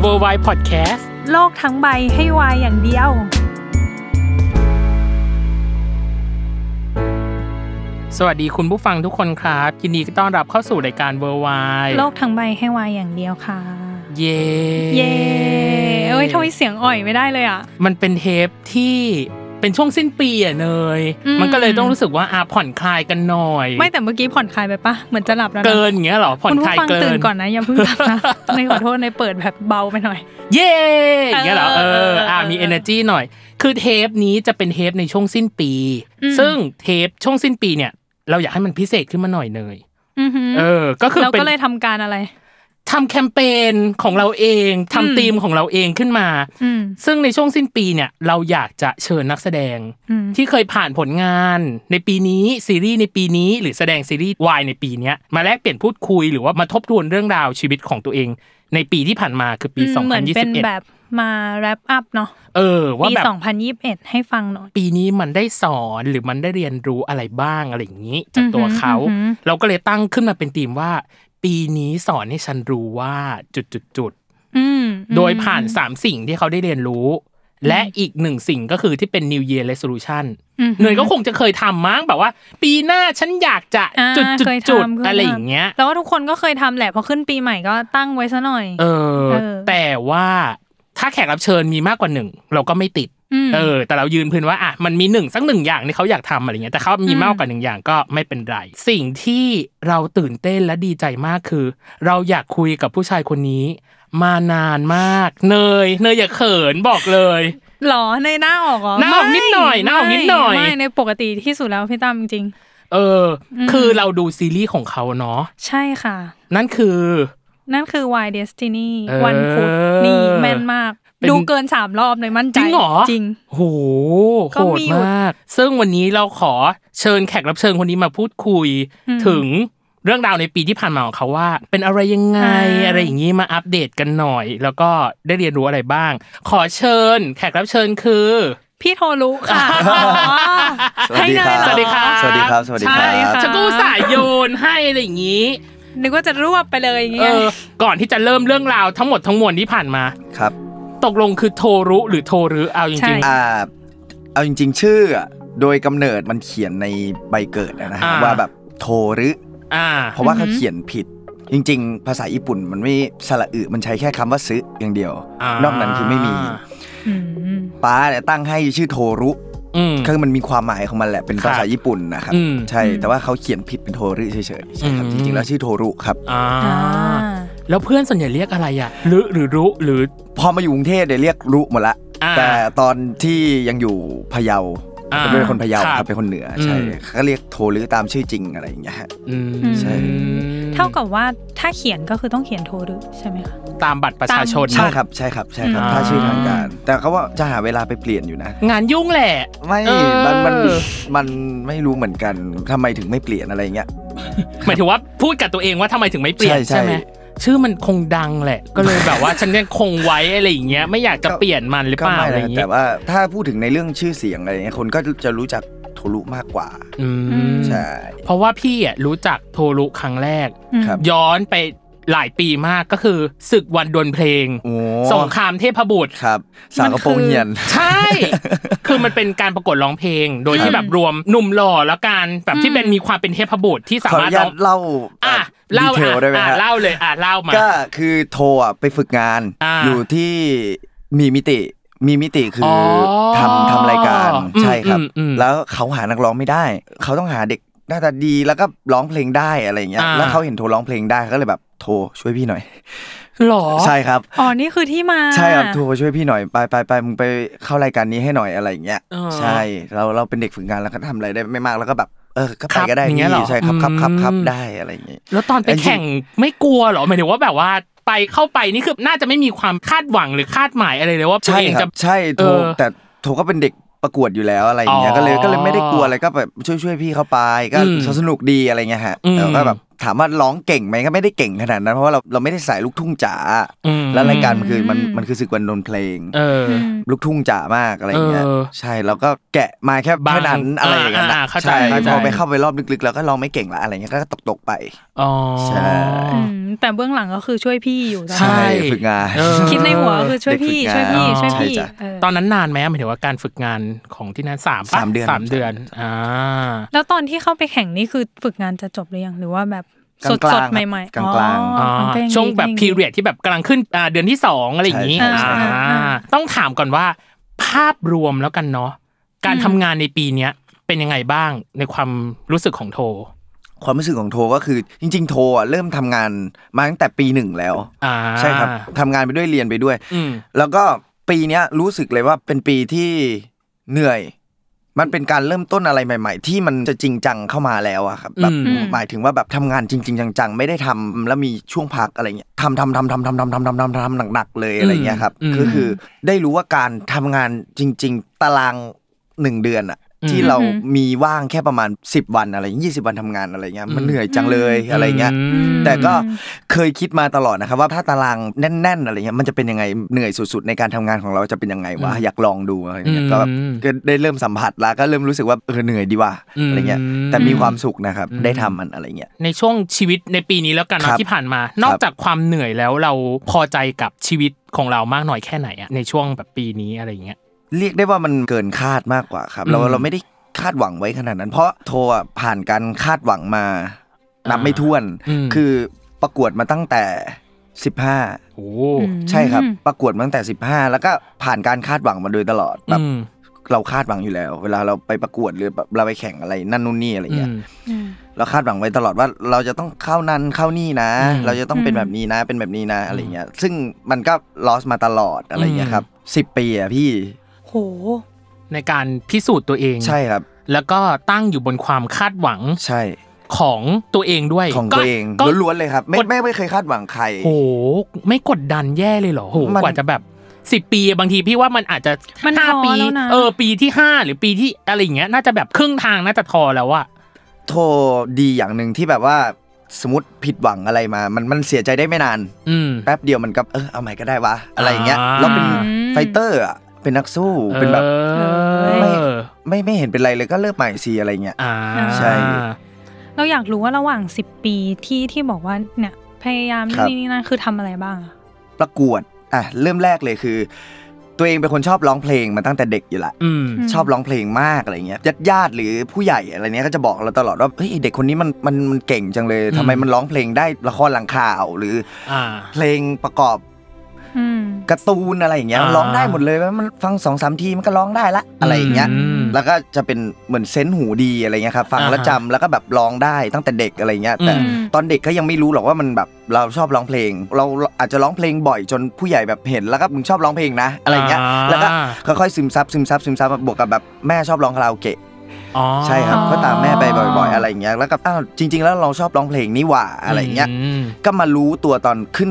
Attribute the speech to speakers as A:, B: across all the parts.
A: เวอร์ไวพอดแคสต์
B: โลกทั้งใบให้วายอย่างเดียว
A: สวัสดีคุณผู้ฟังทุกคนครับ ยินดีต้อนรับเข้าสู่รายการเวอร์ไว
B: โลกทั้งใบให้วายอย่างเดียวค่ะ
A: เย่
B: เย้เอ้ยทำไมเสียงอ่อยไม่ได้เลยอ่ะ
A: มันเป็นเทปที่เป็นช่วงสิ้นปีอ่ะเนย
B: อืม
A: มันก็เลยต้องรู้สึกว่าอ่ะผ่อนคลายกันหน่อย
B: ไม่แต่เมื่อกี้ผ่อนคลายไปปะเหมือนจะหลับแล้วะ
A: เกินอย่างเงี้ยเหรอผ่อน
B: คุณ
A: ค
B: ผู้
A: ลาย
B: ฟัง
A: เกิ
B: ตื่
A: น
B: นก่อนนะอย่าเพิ่งหลับ นะในขอโทษในเปิดแบบเบาไปหน่อย
A: เย่อย่างเงี้ยเหรอเอ
B: เออ
A: อ
B: เออเออ
A: อ่ะมี
B: เออ
A: energy หน่อย คือเทปนี้จะเป็นเทปในช่วงสิ้นปี
B: อืม
A: ซึ่งเทปช่วงสิ้นปีเนี่ย เราอยากให้มันพิเศษขึ้นมาหน่อยเนย
B: อือหือ
A: เออ ก็คือ
B: เรา
A: เป็น
B: ก็เลยทำการอะไร
A: ทำแคมเปญของเราเอง
B: อืม
A: ทำธีมของเราเองขึ้นมา
B: อืม
A: ซึ่งในช่วงสิ้นปีเนี่ยเราอยากจะเชิญนักแสดง
B: อืม
A: ที่เคยผ่านผลงาน ในปีนี้ซีรีส์ในปีนี้ หรือแสดงซีรีส์วายในปีเนี้ยมาแลกเปลี่ยนพูดคุยหรือว่ามาทบทวนเรื่องราวชีวิตของตัวเอง ในปีที่ผ่านมาคือปี
B: อืมเหมือนเป็นแบบมาแรปอัพเนาะ
A: 2021 เออ ว่า
B: ปี
A: แบบ
B: สองพันยี่สิบเอ็ดให้ฟังหน่อย
A: ปีนี้มันได้สอนหรือมันได้เรียนรู้อะไรบ้างอะไรอย่างนี้ จากตัว
B: อือหือ
A: เขา
B: อือหือ
A: เราก็เลยตั้งขึ้นมาเป็นธีมว่า ปีนี้สอนให้ฉันรู้ว่าจุดจุดจุดๆๆ
B: อืม
A: โดยผ่าน 3 สิ่งที่เขาได้เรียนรู้ และอีกหนึ่งสิ่งก็คือที่เป็น New Year Resolution
B: อือหือ
A: เนยก็คงจะเคยทำมั้งแบบว่า ปีหน้าฉันอยากจะ
B: อ่า
A: จุดจุ
B: เค
A: ด
B: ย
A: จุด
B: ทำคทำ
A: อะไรอย่างเงี้ย
B: แล้วว่าทุกคนก็เคยทำแหละพอขึ้นปีใหม่ก็ตั้งไว้ซะหน่อย
A: เออ
B: เออ
A: แต่ว่าถ้าแขกรับเชิญมีมากกว่าหนึ่งเราก็ไม่ติด
B: ม
A: เออ แต่เรายืนพื้นว่าอ่ะมันมีหนึ่งสักหนึ่งอย่างที่เขาอยากทำอะไรเงี้ยแต่เขามี
B: อืม
A: มากกว่าหนึ่งอย่างก็ไม่เป็นไร สิ่งที่เราตื่นเต้นและดีใจมากคือ เราอยากคุยกับผู้ชายคนนี้ มานานมาก เนย เนยอย่าเขินบอกเลย
B: หรอในหน้าออกเหรอ
A: หน้าออก
B: ไม่
A: นิดหน่อยหน้าออกนิดหน่อย
B: ไม่ไม่ในปกติที่สุดแล้วพี่ตั้มจริง
A: เอออ
B: ม
A: คือเราดูซีรีส์ของเขาเนาะ
B: ๆ ใช่ค่ะ
A: นั่นคือ
B: นั่นคือ Why Destiny
A: เออ
B: วันพุธนี่แม่นมาก
A: เป็น
B: ดูเกินสามรอบเลยมั่นใจ
A: จริงเหรอ
B: จริง
A: โหโห
B: ก็
A: ด
B: มีอยู่
A: มาก ซึ่งวันนี้เราขอเชิญแขกรับเชิญคนนี้มาพูดคุย
B: อืม
A: ถึงเรื่องราวในปีที่ผ่านมาของเขาว่า เป็นอะไรยังไง
B: อ่า
A: อะไรอย่างนี้มาอัปเดตกันหน่อย แล้วก็ได้เรียนรู้อะไรบ้าง ขอเชิญ แขกรับเชิญคือ
B: พี่โทรุค่ะ
C: สวัสดีค
B: ให้
C: รับ
B: เนยเหรอ
A: สวัสดีครับ
C: สวัสดีครับ สวัสดีค
A: ใช่
C: รับ
A: ฉันก็อุตสายโยนให้อะไรอย่างนี้
B: นึกว่าจะรวบไปเลยอย่าง
A: เอ
B: เงี้ย
A: อ ก่อนที่จะเริ่มเรื่องราวทั้งหมดทั้งมวลที่ผ่านมา
C: ครับ
A: ตกลงคือโทรุหรือโทรึเอาจริง
C: อ่า เอาจริง ๆ ชื่ออะโดยกำเนิดมันเขียนในใบเกิดอะนะฮะ
A: อ่า
C: ว่าแบบโทรึ
A: ๆอ่า
C: เพราะว่าเขาเขียนผิด จริง ๆ ภาษาญี่ปุ่นมันไม่สระอึมันใช้แค่คำว่าซึอย่างเดียว
A: อ่าน
C: อกนั้นคือไม่มี
B: ม
C: ป้าเนี่ยตั้งให้ชื่อโทรุ
A: อืม
C: คือมันมีความหมายของมันแหละเป็น
A: ครับ
C: ภาษาญี่ปุ่นนะครับ
A: อืม
C: ใช่แต่ว่าเขาเขียนผิดเป็นโทรึเฉยๆใช่ครับ
A: อืม
C: จริงๆแล้วชื่อโทรุครับ
A: อ่า
B: อ่า
A: แล้วเพื่อนส่วนใหญ่เรียกอะไรอ่ะหรือหรือรู้หรือ
C: พอมาอยู่กรุงเทพเนี่ยเรียกรุหมดละ
A: อ่า
C: แต่ตอนที่ยังอยู่พะเยา
A: อ่า
C: เป็นคนพะเยา
A: ครับ
C: ครับเป็นคนเหนืออใช่
A: อืม
C: ก็เรียกโทรหรือตามชื่อจริงอะไรอย่างเงี้ยฮะ
A: อืม
B: อืม
C: ใช่
B: เท่ากับว่าถ้าเขียนก็คือต้องเขียนโทรุใช่ไหมคะ
A: ตามบัตรประชาชน
C: ใช่ครับใช่ครับใช่ครับ
A: อ่า
C: ถ้าชื่อทางการ แต่เขาว่าจะหาเวลาไปเปลี่ยนอยู่นะ
A: งานยุ่งแหละ
C: ไม่
A: เออ
C: มันมันมันไม่รู้เหมือนกันทำไมถึงไม่เปลี่ยนอะไรอย่างเงี้ย
A: หมายถึงว่าพูดกับตัวเองว่าทำไมถึงไม่เปลี่ยน
C: ใช่ใช่
A: ใช่ไหมชื่อมันคงดังแหละ ก็เลยแบบว่า ฉันยังคงไว้อะไรอย่างเงี้ยไม่อยากจะเปลี่ยนมันหรือ
C: ก็
A: เปล่า
C: ไม่
A: อะไร
C: นะ
A: อย่างเงี้
C: แต่
A: ย
C: ว่าถ้าพูดถึงในเรื่องชื่อเสียงอะไรอย่างเงี้ยคนก็จะรู้จักโทรุมากกว่า
A: อืม
B: อืม
C: ใช่
A: เพราะว่าพี่อ่ะรู้จักโทรุครั้งแรก
B: อืม
C: ครับ
A: ย้อนไป หลายปีมากก็คือศึกวันดวลเพลง
C: โอ้
A: สงครามเทพบุตร
C: ครับ สาวกระโปรงเหียน
A: ใช่ คือมันเป็นการประกวดร้องเพลง โดยที่แบบรวมหนุ่มหล่อแล้วการแบบที่เป็นมีความเป็นเทพบุตรที่สา
C: ขออ
A: มารถ
C: นุ
A: ร้
C: ญา
A: อ
C: ต
A: ง
C: เล่า
A: อ่ะเล่า
C: ดีเทล
A: อ่ะ
C: ได้ไหม
A: อ่ะ
C: ฮะ
A: เล่าเลยอ่ะเล่ามา
C: ก็คือโทรอ่ะไปฝึกงาน
A: อ่า
C: อยู่ที่มีมิติมีมิติคืออ
A: อ
C: ทำทำรายการ
A: อืม
C: ใช่ครับ
A: อืมอืม
C: แล้วเขาหานักร้องไม่ได้ เขาต้องหาเด็กหน้าตาดีแล้วก็ร้องเพลงได้อะไรอย่างเงี้ย
A: อ่า
C: แล้วเขาเห็นโทรร้องเพลงได้เขาก็เลยแบบโทรช่วยพี่หน่อย
A: หรอ
C: ใช่ครับ
B: อ๋อ นี่คือที่มา
C: ใช่ครับโทรช่วยพี่หน่อยไปไปไปมึงไปเข้ารายการนี้ให้หน่อยอะไรอย่างเงี้ย
A: อ๋อ
C: ใช่เราเราเป็นเด็กฝึกงานแล้วก็ทำอะไรได้ไม่มากแล้วก็แบบเออก็
A: ค
C: ไป
A: รับ
C: ก็ได้
A: อย่างเงี้ยเหรอ
C: พี่ใช่ครับครับครับครับ
A: อืม
C: ได้อะไรอย่างเงี้ย
A: แล้วตอนไปแข่งไม่กลัวเหรอหมายถึงว่าแบบว่าไปเข้าไปนี่คือน่าจะไม่มีความคาดหวังหรือคาดหมายอะไรเลยว่าตัว
C: ใช่
A: เอง
C: ครั
A: จะ
C: บใช่โทร
A: เออ
C: แต่โทรก็เป็นเด็กประกวดอยู่แล้วอะไรอย่างเงี้ย
A: อ๋อ
C: ก็เลยก็เลยไม่ได้กลัวอะไรก็แบบช่วยช่วยพี่เขาไปก็
A: อืม
C: สนุกดีอะไรเงี้ยฮะ
A: อืม
C: แล้วก็แบบถามว่าร้องเก่งไหมก็ไม่ได้เก่งขนาดนั้นเพราะว่าเราเราไม่ได้สายลูกทุ่งจ๋า
A: อืม
C: แล้วรายการมันคือมันมันคือศึกวันดนเพลง
A: เออ
B: อืม
C: ลูกทุ่งจ๋ามากอะไรเงี้ย
A: เออ
C: ใช่แล้วก็แกะมาแค่
A: บาง
C: แค่นั้นอะไรอย่างเงี้ย
A: อ่าอ่าเข้าใจ
C: ใช่
A: เข้าใจ
C: พอไปเข้าไปรอบลึกๆ แล้วก็ร้องไม่เก่งละอะไรเงี้ยก็ตกตกๆไป
A: อ๋อ
C: ใช่
B: อืมแต่เบื้องหลังก็คือช่วยพี่อยู่นะ
A: ใช่
C: ฝึกงาน
A: เออ
B: คิดในหัวก็คือช่วยพี่
C: เด็กฝึ
B: ช่วย
C: กงาน
B: พี่ช่วย
C: ใช่
B: พี่
C: จ้ะ
B: เออ
A: ตอนนั้นนานไหมหมายถึงว่าการฝึกงานของที่นั่นสามปะ
C: สามเดือน
A: สามเดือนอ่า
B: แล้วตอนที่เข้าไปแข่งนี่คือฝึกงานจะจบหรือยังหรือว่าแบบสด
C: กลา
B: สด
C: งๆครับ
B: ใหม่ๆ
C: กลางๆ
B: อ๋อ
A: อ่า
B: อ๋อก็ยัดี
A: ช่วงแบบ
B: ก็ยัดี
A: พีเรียดที่แบบกำลังขึ้นอ่าเดือนที่สองอะไรอย่างนี้
C: ใช่
B: ใช่
A: อ่า
B: อ่า
A: ต้องถามก่อนว่า ภาพรวมแล้วกันเนาะการทำงานในปีเนี้ยเป็นยังไงบ้างในความรู้สึกของโท
C: ความรู้สึกของโทก็คือจริง ๆ โทอ่ะเริ่มทำงานมาตั้งแต่ปีหนึ่งแล้ว
A: อ่า
C: ใช่ครับทำงานไปด้วยเรียนไปด้วย
A: อืม
C: แล้วก็ปีเนี้ยรู้สึกเลยว่าเป็นปีที่เหนื่อย มันเป็นการเริ่มต้นอะไรใหม่ ๆ ที่มันจะจริงจังเข้ามาแล้วอะครับแบบ
A: อืม
C: หมายถึงว่าแบบทำงานจริง ๆ จังๆ ไม่ได้ทำแล้วมีช่วงพักอะไรเงี้ยทำทำทำทำทำทำทำทำทำทำหนักๆเลยอะไรเงี้ยครับ
A: อืม
C: ก็คือได้รู้ว่าการทำงานจริง ๆ ตารางหนึ่งเดือนอะ
A: อืม
C: ที่เรา
B: อืม
C: มีว่างแค่ประมาณ 10 วันอะไรยี่สิบวันทำงานอะไรเงี้ยมันเหนื่อยจังเลยอะไรเงี้ย
A: อืม
C: แต่ก็เคยคิดมาตลอดนะครับว่าถ้าตารางแน่นๆอะไรเงี้ยมันจะเป็นยังไงเหนื่อยสุดๆ ในการทำงานของเราจะเป็นยังไงวะอยากลองดูอะไรเงี้ย
A: อืม
C: ก็แบบก็ได้เริ่มสัมผัสแล้วก็เริ่มรู้สึกว่าเออเหนื่อยดีว่ะ
A: อืม
C: อะไรเงี้ยแต่มีความสุขนะครับได้ทำมันอะไรเงี้ย
A: ในช่วงชีวิตในปีนี้แล้วกันเน
C: ค
A: อะ
C: รับ
A: ที่ผ่านมา นอกจากความเหนื่อยแล้วเราพอใจกับชีวิตของเรามากน้อยแค่ไหนอะในช่วงแบบปีนี้อะไรอย่างเงี้ย
C: เรียกได้ว่ามันเกินคาดมากกว่าครับเรา
A: อืม
C: เราไม่ได้คาดหวังไว้ขนาดนั้น เพราะโทรอ่ะผ่านการคาดหวังมานับ
A: อ่า
C: ไม่ถ้วน
A: อืม
C: คือประกวดมาตั้งแต่สิบห้า
A: โอ้
C: ใช่ครับ
B: อืม
C: ประกวดมาตั้งแต่ 15 แล้วก็ผ่านการคาดหวังมาโดยตลอดแบบ
A: อืม
C: เราคาดหวังอยู่แล้ว เวลาเราไปประกวดหรือแบบเราไปแข่งอะไรนั่นนู่นนี่อะไร
A: อื
C: เงี้ย
A: ม
B: อืม
C: เราคาดหวังไว้ตลอดว่าเราจะต้องเข้านั้นเข้านี่นะ
A: อืม
C: เราจะต้องเป็น
B: อืม
C: แบบนี้นะเป็นแบบนี้นะอะไรเงี้ยซึ่งมันก็ลอสมาตลอดอะไรเงี้ยครับสิบปีอะพี่
B: โห
A: ในการพิสูจน์ตัวเอง
C: ใช่ครับ
A: แล้วก็ตั้งอยู่บนความคาดหวัง
C: ใช่
A: ของตัวเองด้วย
C: ของ
A: ก็
C: ตัวเอง
A: ก็
C: ล้วนๆเลยครับ ไม่
A: กด
C: ไม่ไม่เคยคาดหวังใคร
A: โอ้โหไม่กดดันแย่เลยเหรอโอ้โห
C: มัน
A: กว่าจะแบบสิบปีบางทีพี่ว่ามันอาจจะ
B: มัน
A: ห้า
B: ท้อ
A: ปี
B: แล้วนะ
A: เออปีที่ห้าหรือปีที่อะไรอย่างเงี้ยน่าจะแบบครึ่งทางน่าจะทอแล้วอะ
C: โทรดีอย่างหนึ่งที่แบบว่าสมมติผิดหวังอะไรมา มันมันเสียใจได้ไม่นาน
A: อืม
C: แป๊บเดียวมันก็เออเอาใหม่ก็ได้วะอะไรอย่างเงี้ย
A: อ่า
C: เราเป็นไฟเตอร์อะเป็นนักสู้เป็นแบบ
A: เอ
C: ไม่
A: อ
C: ไม่ไม่เห็นเป็นไรเลยก็เลิกใหม่สิอะไรเงี้ย
A: อ่า
C: ใช่
B: เราอยากรู้ว่าระหว่าง 10 ปีที่ที่บอกว่าเนี่ยพยายาม
C: ครับ
B: นี่นี่นั่นคือทำอะไรบ้างอะ
C: ประกวดอ่ะเริ่มแรกเลยคือ ตัวเองเป็นคนชอบร้องเพลงมาตั้งแต่เด็กอยู่ละ
A: อืม
B: ม
C: ชอบร้องเพลงมากอะไรเงี้ยญาติญาติๆหรือผู้ใหญ่อะไรเนี้ยก็จะบอกเราตลอดว่าเฮ้ยเด็กคนนี้มันมันมันเก่งจังเลย
A: อืม
C: ทำไมมันร้องเพลงได้ละครหลังข่าว หรือ
A: อ่า
C: เพลงประกอบ
B: อืม
C: การ์ตูนอะไรอย่างเงี้ย
A: อ่า
C: ร้องได้หมดเลยว่ามันฟังสองสามทีมันก็ร้องได้ละอะไรอย่างเงี้ย
A: ม
C: แล้วก็จะเป็นเหมือนเซนส์หูดีอะไรเงี้ยครับฟัง
A: อ่าฮะ
C: แล้วจำแล้วก็แบบร้องได้ตั้งแต่เด็กอะไรเงี้ยแต่
A: อืม
C: ตอนเด็กก็ยังไม่รู้หรอกว่ามันแบบเราชอบร้องเพลง เราอาจจะร้องเพลงบ่อยจนผู้ใหญ่แบบเห็นแล้วก็มึงชอบร้องเพลงนะอะไรเงี้ยแล้วก็ค่อยๆซึมซับซึมซับซึมซับบวกกับแบบแม่ชอบร้องคาราโอเกะ
A: อ๋อ
C: ใช่ครับก็ตามแม่ไปบ่อย ๆ
A: อะ
C: อะไรเงี้ยแล้วก็อ้าวจริง ๆ แล้วเราชอบร้องเพลงนี่หว่าอะไรเงี้ยก็มารู้ตัวตอนขึ้น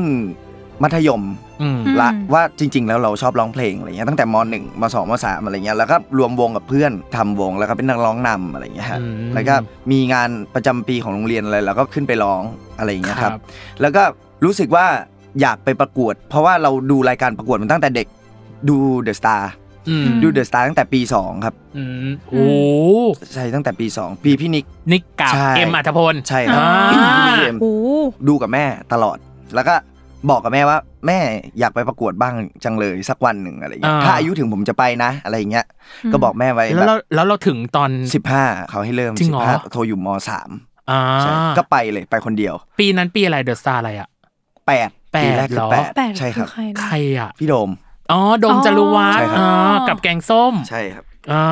C: มัธยม
A: อืม
C: ละ
B: อืม
C: ว่าจริง ๆ แล้วเราชอบร้องเพลงอะไรเงี้ยตั้งแต่มหนึ่งมสองมสามอะไรเงี้ยแล้วก็รวมวงกับเพื่อนทำวงแล้วก็เป็นนักร้องนำอะไรเงี้ยฮะ
A: อืม
C: แล้วก็มีงานประจำปีของโรงเรียนอะไรเราก็ขึ้นไปร้องอะไรเงี้ยครับ
A: ครับ
C: แล้วก็รู้สึกว่าอยากไปประกวด เพราะว่าเราดูรายการประกวดมันตั้งแต่เด็กดูเดอะสตาร์
A: อืม
C: ดูเดอะสตาร์ตั้งแต่ปีสองครับ
A: อืมโอ้โห
C: ใช่ตั้งแต่ปีสองปีพี่นิก
A: นิกกับ
C: ใช่
A: เอ็มอัธพล
C: ใช่ครับ
A: อ่า
C: พี่นิกพี่เอ็ม
B: โห
C: ดูกับแม่ตลอด แล้วก็บอกกับแม่ว่า แม่อยากไปประกวดบ้างจังเลยสักวันหนึ่งอะไรเงี้ย
A: อ่า
C: ถ้าอายุถึงผมจะไปนะ อะไรเงี้ย
B: ม
C: ก็บอกแม่ไว้
A: แล้วเราแล้วเราถึงตอน
C: สิบห้าเขาให้เริ่ม
A: จริ
C: สิ
A: งเห
C: บ
A: รอ
C: ห้าโทรอยู่มสาม
A: อ่า
C: ใช่ก็ไปเลยไปคนเดียว
A: ปีนั้นปีอะไรเดอะสตาร์อะไรอ่ะ
C: แปด
A: แปด
C: ปีแรกคื
A: เหร
C: อ
A: อ
C: แปด
B: แปด
C: ใช่ครับ
B: อใครนะ
A: ใครอ่ะ
C: พี่โดม
A: อ๋อด
B: อ๋
A: ง
B: อ
A: จรุวัฒ
C: ใช่
A: น์
C: ครับ
A: อ๋อกับแกงส้ม
C: ใช่ครับ
A: อ่า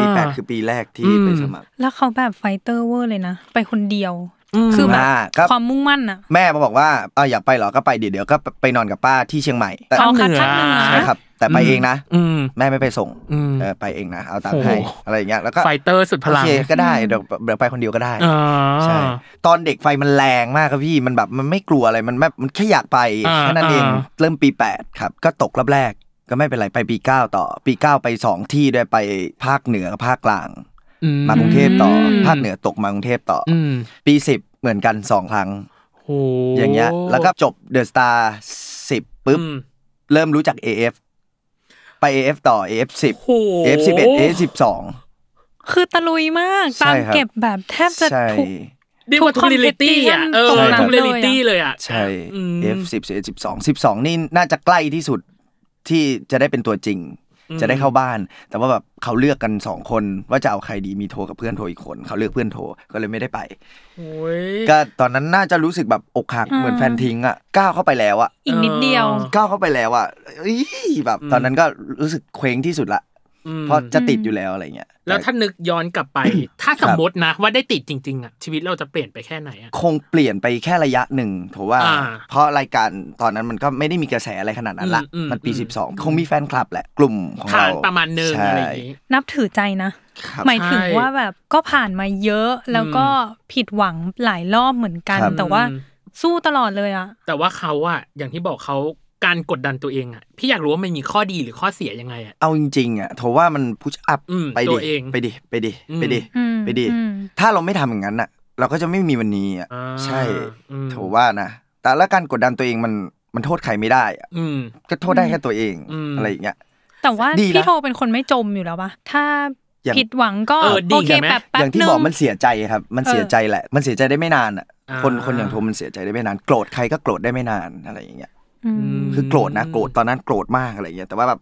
C: ปีแปดคือปีแรกที่ไปสมัคร
B: แล้วเขาแบบไฟเตอร์เวอร์เลยนะ ไปคนเดียว
A: อืม
B: คือแบบ
C: อ่าครับ
B: ความมุ่งมั่นอะ
C: แม่มาบอกว่าเอออยากไปเหรอก็ไปเดี๋ยวเดี๋ยวก็ไปนอนกับป้าที่เชียงใหม่แต่
A: ภา
B: เขา
A: คเหนื
B: คัด
A: อ
B: ภาคเหนือ
C: ใช่ครับ แต่ไปเองนะ
A: อืม
C: แม่ไม่ไปส่ง
A: อืม
C: เออไปเองนะ เอาตัง
A: โอ้
C: ค์
A: โห
C: ให้อะไรอย่างเงี้ยแล้วก็
A: ไฟเตอร์สุดพลัง
C: โอเคก็ได้เดี๋ยวเดี๋ยวไปคนเดียวก็ได้
A: อ่า
C: ใช่ตอนเด็กไฟมันแรงมากครับพี่มันแบบมันไม่กลัวอะไรมันแบบมันแค่อยากไป
A: อ่า
C: แค่นั้นเอง
A: อ่า
C: เริ่มปี 8 ครับ ก็ตกรอบแรกก็ไม่เป็นไรไปปี 9 ต่อ ปี 9 ไป 2 ที่ด้วยไปภาคเหนือกับภาคกลาง
A: อื
C: มากรุงเทพต่ออ
A: ม
C: ภาคเหนือตกมากรุงเทพต่ออ
A: อืม
C: ปี 10 เหมือนกัน 2 ครั้ง
A: โห
C: อย่างเงี้ยแล้วก็จบเดอะสตาร์สิบปุ๊บ
A: อืม
C: เริ่มรู้จัก AF ไป AF ต่อ AF 10
A: โห
C: AF 11 AF 12
B: คือตะลุยมาก
C: ใช่
B: ตาม
C: ครับ
B: เก็บแบบแทบจะ
C: ใช่
B: ทุก
A: เรียกว่าทุกเรียลิตี้อ่ะเออ
C: ใช่ครับ
A: ทุกเรียลิตี้เลยอ่ะ
C: ใช่
A: อืม
C: AF 10 AF 12 12 นี่น่าจะใกล้ที่สุดที่จะได้เป็นตัวจริง
A: อืม
C: จะได้เข้าบ้าน แต่ว่าแบบเขาเลือกกัน 2 คนว่าจะเอาใครดีมีโทรกับเพื่อนโทรอีกคน เขาเลือกเพื่อนโทรก็เลยไม่ได้ไป
A: โอ้ย
C: ก็ตอนนั้นน่าจะรู้สึกแบบอกหัก
B: อ่า
C: เหมือนแฟนทิ้งอ่ะก้าวเข้าไปแล้วอ่ะ
B: อีกนิดเดียว
A: เออ
C: ก้าวเข้าไปแล้วอ่ะเอ้ยแบบตอนนั้นก็รู้สึกเคว้งที่สุดละ
A: อืม
C: เพราะจะติดอยู่แล้วอะไรเงี้ย
A: แล้วถ้านึกย้อนกลับ ไป ถ้าสมมตินะ ว่าได้ติดจริง ๆ อ่ะ ชีวิตเราจะเปลี่ยนไปแค่ไหนอ่ะ
C: คงเปลี่ยนไปแค่ระยะหนึ่งเพราะว่า
A: อ่า
C: เพราะรายการตอนนั้นมันก็ไม่ได้มีกระแสอะไรขนาดนั้นละ
A: อืมอืม
C: มันปี
A: อืม
C: 12 คงมีแฟนคลับแหละ กลุ่มของ
A: ทา
C: เรา
A: นประมาณหนึง
C: ใช่
A: อะไรอย่างงี้
B: นับถือใจนะ
C: ครับ
B: หมายถึง
A: ใช่
B: ว่าแบบก็ผ่านมาเยอะแล้วก็ผิดหวังหลายรอบเหมือนกัน
C: ครับ
B: แต่ว่า
A: อืม
B: สู้ตลอดเลยอะ
A: แต่ว่าเขาอะอย่างที่บอกเขาการกดดันตัวเองอะพี่อยากรู้ว่ามันมีข้อดีหรือข้อเสียยังไงอะ
C: เอาจริงๆอ่ะโทว่ามันพุชอัพ
A: อืม
C: ไป
A: ตั
C: ดิ
A: วเอง
C: ไปดิไปดิ
A: อืม
C: ไปดิ
B: อืม
C: ไปดิ
B: อืม
C: ถ้าเราไม่ทำอย่างนั้นอ่ะ เราก็จะไม่มีวันนี้อ่ะ
A: อ่า
C: ใช่
A: อืม
C: โทว่านะแต่ละการกดดันตัวเองมันมันโทษใครไม่ได้อะ
A: อืม
C: ก็โทษได้แค่ตัวเอง
A: อืม
C: อะไรอย่างเงี้ย
B: แต่ว่า
C: ดีนะ
B: พี่โทเป็นคนไม่จมอยู่แล้วปะถ้า
C: อย่าง
B: ผิดหวังก็
A: เออดี
B: โอเค
A: ไหม
B: แบบแป๊
C: อบ ย่างที่
B: นึ
C: บอก
B: ง
C: มันเสียใจครับ มันเสียใจแหละ มันเสียใจได้ไม่นานอ่ะ
A: อ่า
C: คนคนอย่างโทมันเสียใจได้ไม่นาน โกรธใครก็โกรธได้ไม่นานอะไรอย่างเงี้ย คือโกรธนะ โกรธตอนนั้นโกรธมากอะไรอย่างเงี้ย แต่ว่าแบบ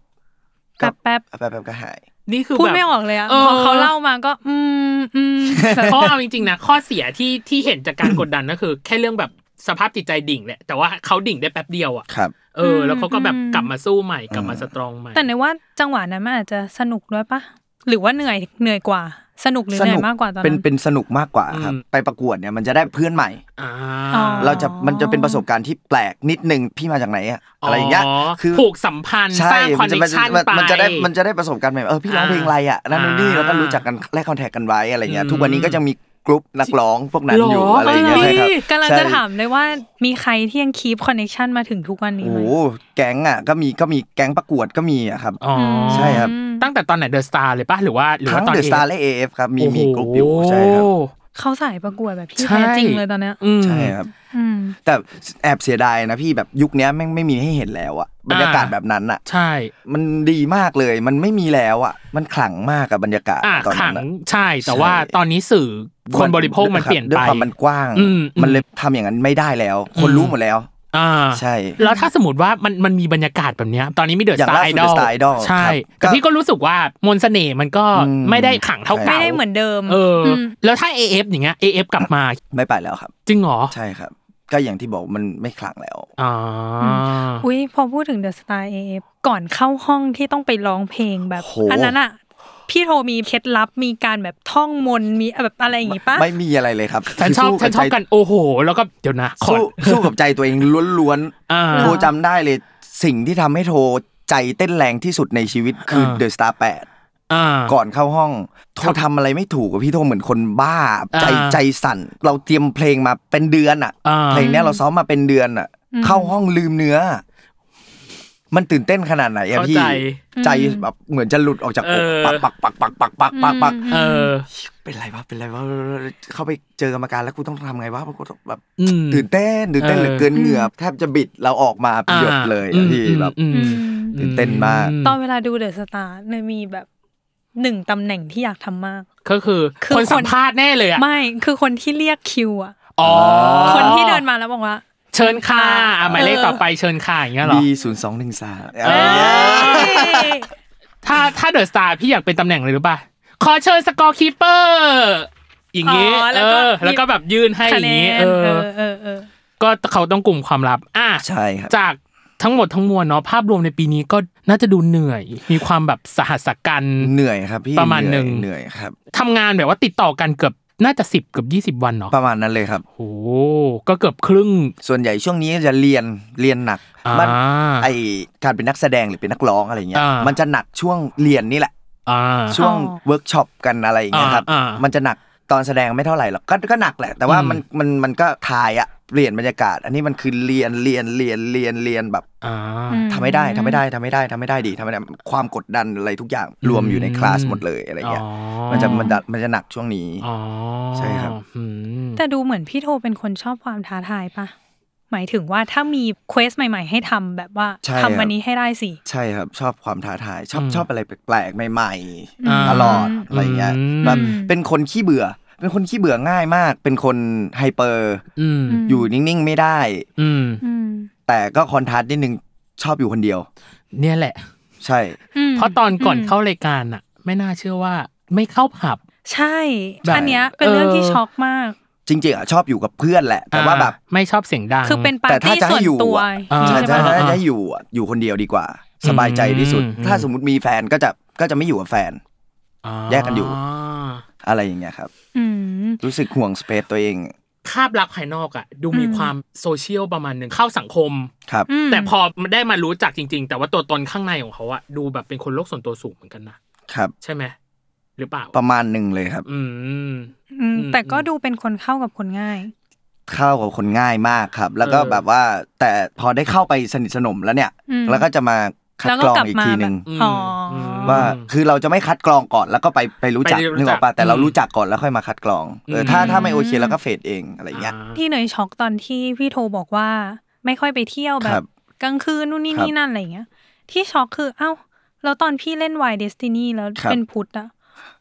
C: ก็
B: แป๊บ
C: แป๊บแป๊บก็หาย
A: นี่คือ
B: พูด
A: แบบ
B: ไม่ออกเลยอะ
A: เออ
B: พอเขาเล่ามาก็ อืมอื มแบบ
A: เพราะเอาจริงๆนะข้อเสียที่ที่เห็นจากการกดดันก็คือ แค่เรื่องแบบสภาพจิตใจดิ่งแหละแต่ว่าเขาดิ่งได้แป๊บเดียวอะ
C: ครับ
A: เออ แล้วเขาก็แบบ
B: อืม
A: กลับมาสู้ใหม่กลับมาสตรองใหม่
B: แต่ในว่าจังหวะนั้นมันอาจจะสนุกด้วยปะหรือว่าเหนื่อยเหนื่อยกว่า สนุกหรือ
C: ส
B: เหนื่
C: นุ
B: อก ยมากกว่าตอน
C: เป็น
B: นั้น
C: เป็นสนุกมากกว่าครับ ไปประกวดเนี่ยมันจะได้เพื่อนใหม่
A: อ่า
B: อ๋อ
C: เราจะมันจะเป็นประสบการณ์ที่แปลกนิดนึง พี่มาจากไหนอะอะไรอย่างเงี้ย คือ
A: ผูกสัมพันธ์ส
C: ใช่
A: ร้างคอน
C: มั
A: เนค
C: จะ
A: ชั่นไป
C: มันจะได้มันจะได้ประสบการณ์ใหม่ เออพี่ร้องเพลงอะไรอะนั่นนู่นนี่
A: อ่า
C: แล้วก็รู้จักกันแลกคอนแทคกันไว้อะไรเงี้ย
A: อืม
C: ทุกวันนี้ก็ยังมีกลุ่มนักร้องพวกนั้นอ
A: หร
C: ยู่
A: ออ
C: อะไรอย่างเงี้ย
A: ป็น
C: ใช่ครับ
B: กำลัง
C: ใช่
B: จะถามเลยว่ามีใครที่ยังคีปคอนเน c ชันมาถึงทุกวันนี้
C: โอ้
B: ไหม
C: โหแก๊งอ่ะก็มีก็มีแก๊งประกวดก็มีอะครับ
A: อ๋อ
C: ใช่ครับ
A: ตั้งแต่ตอนไหนเดอะสตาร์เลยปะหรือว่าหรือ
C: ทั้
A: ว่าง ตอน
C: เดอะสตาร์และเอฟครับมีมีกลุ่มอยู่ใช่ครับ บ
B: เขาสายประกวดแบบที่
A: ใช่
B: แท้จริงเลยตอนเนี้ย
A: อืม
C: ใช่ครับ
B: อืม
C: แต่แอบเสียดายนะพี่แบบยุคเนี้ยแม่งไม่มีให้เห็นแล้วอะบรรยากาศแบบนั้นอะ
A: ใช่
C: มันดีมากเลยมันไม่มีแล้วอะมันขลังมากกับบรรยากาศ
A: อ่า
C: ตอน
A: ขั
C: นั้
A: ง
C: นอะ
A: ใช่ แต่
C: ใช่
A: ว่าตอนนี้สื่อคนบริโภคมันเปลี่ยน
C: ด้ว
A: ไป
C: ยความมันกว้าง
A: อืมอืม
C: มันเลยทำอย่างนั้นไม่ได้แล้ว คน
A: อืม
C: รู้หมดแล้ว
A: อ่า
C: ใช่
A: แล้วถ้าสมมติว่ามันมันมีบรรยากาศแบบเนี้ยตอนนี้มีเดอะ
C: อ
A: ส
C: ย่าง
A: ตาร์
C: ล่า
A: ไอ
C: สุด
A: ดอล
C: The Star Idol
A: ใช่
C: ครับ
A: แต่พี่ก็รู้สึกว่ามนต์เสน่ห์มันก็
C: อืม
A: ไม่ได้ขังเท่าเก่า
B: ไม่ได้เหมือนเดิม
A: เอออ
B: ม
A: แล้วถ้า AF อย่างเงี้ย AF กลับมา
C: ไม่ไปแล้วครับ
A: จริงเหรอ
C: ใช่ครับ ก็อย่างที่บอกมันไม่ขลังแล้ว
A: อ่า
B: อุ้ยพอพูดถึง The Star AF ก่อนเข้าห้องที่ต้องไปร้องเพลงแบบ
C: โห
B: อันนั้นอะพี่โทมีเคล็ดลับมีการแบบท่องมนต์มีแบบอะไรอย่างงี้ปะ
C: ไม่มีอะไรเลยครับ
A: ฉันชอบ
C: สู้
A: ฉันชอบ
C: ใจ
A: กันโอ้โห แล้วก็เดี๋ยวนะขอ
C: สู้สู้กับใจตัวเองล้วน
A: อ่า
C: ๆ โทรจำได้เลยสิ่งที่ทำให้โทรใจเต้นแรงที่สุดในชีวิตคือ
A: เออ
C: เดอะสตาร์แปด
A: อ่า
C: ก่อนเข้าห้อง โทรทำอะไรไม่ถูกอะพี่โทรเหมือนคนบ้า ใจ
A: อ่า
C: ใจสั่น เราเตรียมเพลงมาเป็นเดือนอ่ะ
A: อ่า
C: เพลงเนี้ยเราซ้อมมาเป็นเดือนอ่ะ เข้าห้องลืมเนื้อ มันตื่นเต้นขนาดไหนอะ
A: เข้า
C: พี่
A: ใจ
C: ใจแบบเหมือนจะหลุดออกจากอก
A: เออ
C: ปักปักปักปักปักปักปักปัก
A: เออ
C: เป็นไรวะเป็นไรวะเข้าไปเจอกรรมการแล้วกูต้องทำไงวะกูต้องแบบ
A: อืม
C: ตื่นเต้นตื่นเต้น
A: เออ
C: เหลือเกินเหงื่อแทบจะบิดเราออกมาเป็นหยดเลย
A: อ่า
C: อะพี่แบบ
A: อืม
B: อื
A: อืม
B: ม
C: ตื่นเต้นมาก
B: ตอนเวลาดู The Star เนยมีแบบหนึ่งตำแหน่งที่อยากทำมาก
A: ก็คือ
B: คือ
A: คน
B: คน
A: สัมภาษณ์แน่เลยอ่ะ
B: ไม่คือคนที่เรียกคิวอะ
A: อ๋อ
C: อ๋อ
B: คนที่เดินมาแล้วบอกว่า
A: เชิญค่ะอ่ะหมายเลขต่อไปเชิญค่ะอย่างเงี้ยเหรอ
C: B ศูนย์สองหนึ่งสามอะไร
A: เอ
C: อย่างเงี้ย
A: อถ้าถ้าเดอะสตาร์พี่อยากเป็นตำแหน่งเลยหรือป่ะขอเชิญสกอร์คีเปอร์อย่างงี้
B: อ๋อแล้
A: เอ
B: วก็
A: อแล้วก็แบบยื่นให้
B: คะ
A: อ
B: แน
A: ย่างงี้
B: น
A: เอ
B: เอ
A: อ
B: อเออเออ
A: ก็เขาต้องกลุ่มความลับอ่ะ
C: ใช่ครับ
A: จากทั้งหมดทั้งมวลเนาะภาพรวมในปีนี้ก็น่าจะดูเหนื่อย มีความแบบสหัสกัน
C: เหนื่อยครับพี่
A: ประมาณหนึ่ง
C: เหนื่อยครับ
A: ทำงานแบบว่าติดต่อกันเกือบน่าจะสิบเกือบยี่สิบวันเนาะ
C: ประมาณนั้นเลยครับ
A: โหก็เกือบครึ่ง
C: ส่วนใหญ่ช่วงนี้จะเรียนเรียนหนัก
A: อ่ามั
C: มัไอการเป็นนักแสดงหรือเป็นนักร้องอะไรเงี้ย
A: อ่ามั
C: มันจะหนักช่วงเรียนนี่แหละ
A: อ่า
C: ช่วง
B: อ๋อ
C: เวิร์กช็อปกันอะไรอย่างเงี้ยครับ
A: อ่าอ่ามั
C: มันจะหนักตอนแสดงไม่เท่าไหร่หรอกก็ก็หนักแหละ แต่ว่า
A: อืม
C: มันมันมันก็ทายอะเปลี่ยนบรรยากาศ อันนี้มันคือเรียนเรียนเรียนเรียนเรียนแบบ
A: อ่า
B: อื
C: ทำไม่ได้ทำไม่ได้ทำไม่ได้ทำไม่ได้ดิทำไม่ได้ความกดดันอะไรทุกอย่างรวมอยู่ในคลาสหมดเลยอะไรเงี้ย
A: อ๋อ
C: มันจะมันจะมันจะหนักช่วงนี้
A: อ๋อ
C: ใช่ครับ
A: อืม
B: แต่ดูเหมือนพี่โทเป็นคนชอบความท้าทายปะหมายถึงว่าถ้ามีเควสใหม่ ๆ ให้ทำแบบว่า
C: ใช่
B: ทำ
C: ครับ
B: วันนี้ให้ได้สิ
C: ใช่ครับชอบความท้าทายชอบชอบอะไรแปลกๆใหม่
B: อืม
C: ๆ ตลอดอะไรเงี้ยแบบเป็นคนขี้เบื่อ เป็นคนขี้เบื่อง่ายมาก เป็นคนไฮเปอร์
A: อืม
B: ม
C: อยู่นิ่งๆไม่ได้
A: อืม
B: อืม
C: แต่ก็คอนทราสต์นิดนึงชอบอยู่คนเดียว
A: เนี่ยแหละ
C: ใช่
B: อืม
A: เพราะตอนก่อนเข้ารายการอะไม่น่าเชื่อว่าไม่เข้าผับ
B: ใช่ อันเนี้ยเป็นเรื่องที่ช็อกมาก
C: จริงๆอ่ะชอบอยู่กับเพื่อนแหละ แต่ว่าแบบ
A: อ่ไม่ชอบเสียงดัง
B: คือเป็นปา
C: แต่
B: ร์
C: ถ้า
B: ตี้
C: จะ
B: ส่วน
C: ให้อยู่
B: ตัว
C: อ่ะ
A: ใช่
C: ใช่
A: ไหม
C: ใช่
A: อ่า
C: ถ้าจะอยู่อ่ะอยู่คนเดียวดีกว่า สบายใจที่สุด
A: อืม
C: ถ้าสมมติมีแฟนก็จะก็จะไม่อยู่กับแฟน
A: อ่า
C: แยกกันอยู่ อะไรอย่างเงี้ยครับ
B: อืม
C: รู้สึกห่วงสเปซตัวเอง
A: คาบลักษณ์ภายนอกอะดูมี
B: อืม
A: ความโซเชียลประมาณหนึ่งเข้าสังคม
C: ครับ
B: อืม
A: แต่พอได้มารู้จักจริง ๆ แต่ว่าตัวตนข้างในของเขาอะดูแบบเป็นคนโลกส่วนตัวสูงเหมือนกันนะครับ ใช่ไหมหรือเปล่า
C: ประมาณหนึ่งเลยครับ
A: อืม
B: อืม
A: อืม
B: แต่ก็ดูเป็นคนเข้ากับคนง่าย
C: เข้ากับคนง่ายมากครับ แล้วก็
A: เออ
C: แบบว่าแต่พอได้เข้าไปสนิทสนมแล้วเนี่ย
B: อืม
C: แล้วก็จะมาคัด
B: แล้ว
C: ก
B: ก็
C: รอง
B: กลับ
C: อีก
B: มา
C: ที
B: แบ
C: นึ
B: บ
C: ง
B: อ๋ออ
A: ม
C: ว่าคือเราจะไม่คัดกรองก่อนแล้วก็ไปไปรู้จัก
A: ไปรู้จัก
C: นึกออกปะแต่เรา
A: อืม
C: รู้จักก่อนแล้วค่อยมาคัดกรองเออ
A: ม
C: อถ้าถ้าไม่โอเคเราก็เฟดเองอะไรเงี้ย
B: ที่เนยช็อกตอนที่พี่โทบอกว่า ไม่ค่อยไปเที่ยวแบ
C: ครับ บ
B: กลางคืนนู่นนี่
C: ครับ
B: นี่นั่นอะไรอย่างเงี้ย ที่ช็อกคือเอ้าแล้วตอนพี่เล่นวายเดสตินีแล้ว
C: ครับ
B: เป็นพุทธอะ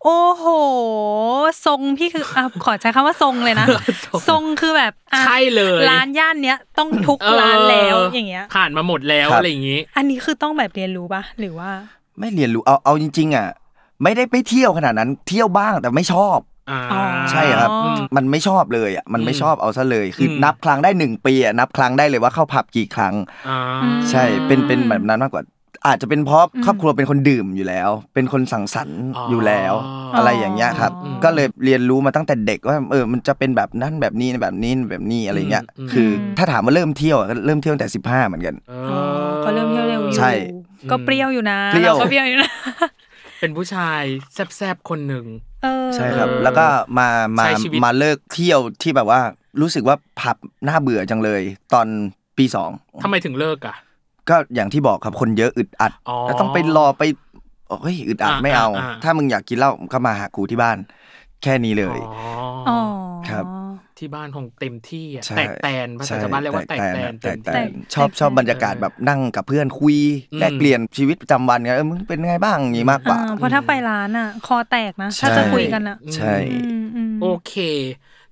B: โอ้โห ทรงพี่คืออ่ะขอใช้คำว่าทรง เลยนะ ทรงคือแบบอ่ะ
A: ใช่เลย
B: ร้านย่านเนี้ยต้องทุก
A: เออ
B: ร้านแล้วอย่างเงี้ย
A: ผ่านมาหมดแล้ว
C: ครับ
A: อะไรอย่างงี้
B: อันนี้คือต้องแบบเรียนรู้ปะหรือว่า
C: ไม่เรียนรู้เอาเอาจริงๆอ่ะไม่ได้ไปเที่ยวขนาดนั้นเที่ยวบ้างแต่ไม่ชอบ
A: อ่า
B: อ๋อ
C: ใช่ครับ
B: อ๋อ
C: มันไม่ชอบเลยอ่ะมันไม่
A: อืม
C: ชอบเอาซะเลยคืออ
A: ม
C: นับครั้งได้หนึ่งปีอ่ะนับครั้งได้เลยว่าเข้าผับกี่ครั้ง
A: อ่า
C: ใช่เป็นเป็น
B: อืม
C: แบบนั้นมากกว่า อาจจะเป็นเพราะ
B: อืม
C: ครอบครัวเป็นคนดื่มอยู่แล้ว เป็นคนสังสรรค์
A: อ๋ออ
C: อยู่แล้ว อะไรอย่างเงี้ยครับ
A: อืม
C: ก็เลยเรียนรู้มาตั้งแต่เด็กว่าเออมันจะเป็นแบบนั้นแบบนี้แบบนี้แบบนี้อะไรเงี้ย
A: อืม
C: คืออ
B: ม
C: ถ้าถามว่าเริ่มเที่ยวอะก็เริ่มเที่ยวตั้งแต่สิบห้าเหมือนกัน
A: เอ
B: อ๋อก็เริ่มเที่ยวเร็วอยู่
C: ใช่
B: ก็เปรี้ยวอยู่นะ
C: เปรี้ยว
B: าก็เปรี้ยวอยู่นะ
A: เป็นผู้ชายแซบๆคนหนึ่ง
B: เออ
C: ใช่ครับ แล้วก็มามา
A: ใช้ชีวิต
C: มาเลิกเที่ยวที่แบบว่ารู้สึกว่าผับน่าเบื่อจังเลย ตอนปีสอง
A: ทำไมถึงเลิกอ่ะ
C: ก็อย่างที่บอกครับคนเยอะอึดอัด
A: อ๋อ
C: แล้วต้องไปรอไปเฮ้ยอึดอัด
A: อ่า
C: ไม่เอา
A: อ่าอ่า
C: ถ้ามึงอยากกินเหล้าก็มาหากูที่บ้าน แค่นี้เลย
A: อ๋
B: อ๋
A: อ
B: อ
C: ครับ
A: ที่บ้านคงเต็มที่อะ
C: ใช่
A: แตกแตนภาษาชาวบ้านเรียกว่าแตกแตน
C: แต
A: เต็
C: ก
A: ม
C: แต
A: ที่
C: นชอบชอบบรรยากาศ
A: เออ
C: แบบนั่งกับเพื่อนคุย
A: อืม
C: แลกเปลี่ยนชีวิตประจำวันกันเออมึงเป็นไงบ้างอย่างนี้มากกว่า
B: อ่เพราะถ้าไปร้านอ่ะ คอแตกนะ
C: ใช่
B: ถ้าจะคุยกันอ่ะ
C: ใช่
B: อืมอืม
A: โอเค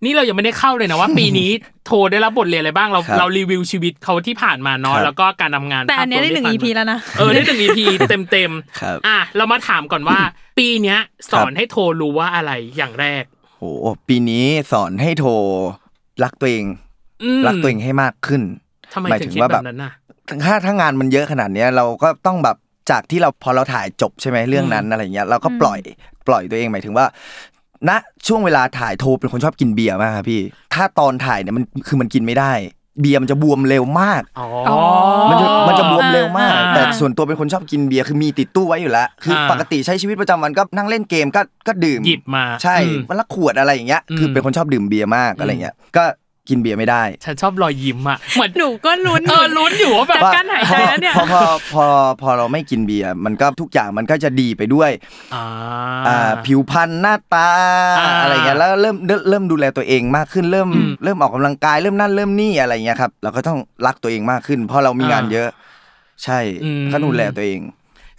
A: นี่เรายังไม่ได้เข้าเลยนะว่า ปีนี้โทรได้รับบทเรียนอะไรบ้างเรา
C: ครับ
A: เรารีวิวชีวิตเขาที่ผ่านมาเนาะ
C: ครับ
A: แล้วก็การทำงาน
B: แต่อันเนี้ยได้หนึ่ง EP แล้วนะ
A: เออได้หนึ่ง EP เต็มเต็ม
C: ครับ
A: ๆอ่ะเรามาถามก่อนว่า ปีเนี้ยสอนให้โทรรู้ว่าอะไรอย่างแรก
C: โหปีนี้สอนให้โทรรักตัวเอง
A: อืม
C: รักตัวเองให้มากขึ้น
A: ทำไม
C: หมาย
A: ถึ
C: ถึ
A: ง
C: ง
A: คิด
C: ว่า
A: แบ
C: แบบ บ
A: นั้นน่ะ
C: ถ้าถ้างานมันเยอะขนาดเนี้ยเราก็ต้องแบบจากที่เราพอเราถ่ายจบใช่ไหมเรื่องนั้นอะไรเงี้ยเราก็ปล่อยปล่อยตัวเองหมายถึงว่า ณช่วงเวลาถ่ายโทรเป็นคนชอบกินเบียร์มากครับพี่ ถ้าตอนถ่ายเนี่ยมันคือมันกินไม่ได้ เบียร์มันจะบวมเร็วมาก
A: อ๋อ
C: มันจะมันจะบวมเร็วมาก
A: อ่า
C: แต่ส่วนตัวเป็นคนชอบกินเบียร์คือมีติดตู้ไว้อยู่แล้ว คืออา ปกติใช้ชีวิตประจำวันก็นั่งเล่นเกมก็ก็ดื่ม
A: หยิบมา
C: ใช่
A: อืม
C: วันละขวดอะไรอย่างเงี้ย
A: อืม
C: คือเป็นคนชอบดื่มเบียร์มากอะไรเงี้ยก็กินเบียร์ไม่ได้
A: ฉันชอบรอยยิ้มอ่ะเหมือน
B: หนูก็ลุ้น
A: เออลุ้นอยู่ว่าแบบ
B: กั้นหายใจแล้วเนี่ย
C: พอพอพอพอเราไม่กินเบียร์มันก็ทุกอย่างมันก็จะดีไปด้วย
A: อ่า
C: อ่าผิวพรรณหน้าตา
A: อ่า
C: อะไรเงี้ยแล้วเริ่มเริ่มเริ่มดูแลตัวเองมากขึ้นเริ่ม
A: อืม
C: เริ่มออกกำลังกายเริ่มนั่นเริ่มนี่อะไรเงี้ยครับเราก็ต้องรักตัวเองมากขึ้น เพราะเรามีงาน
A: อ่า
C: เยอะ ใช่
A: อืม
C: ก็ดูแลตัวเอง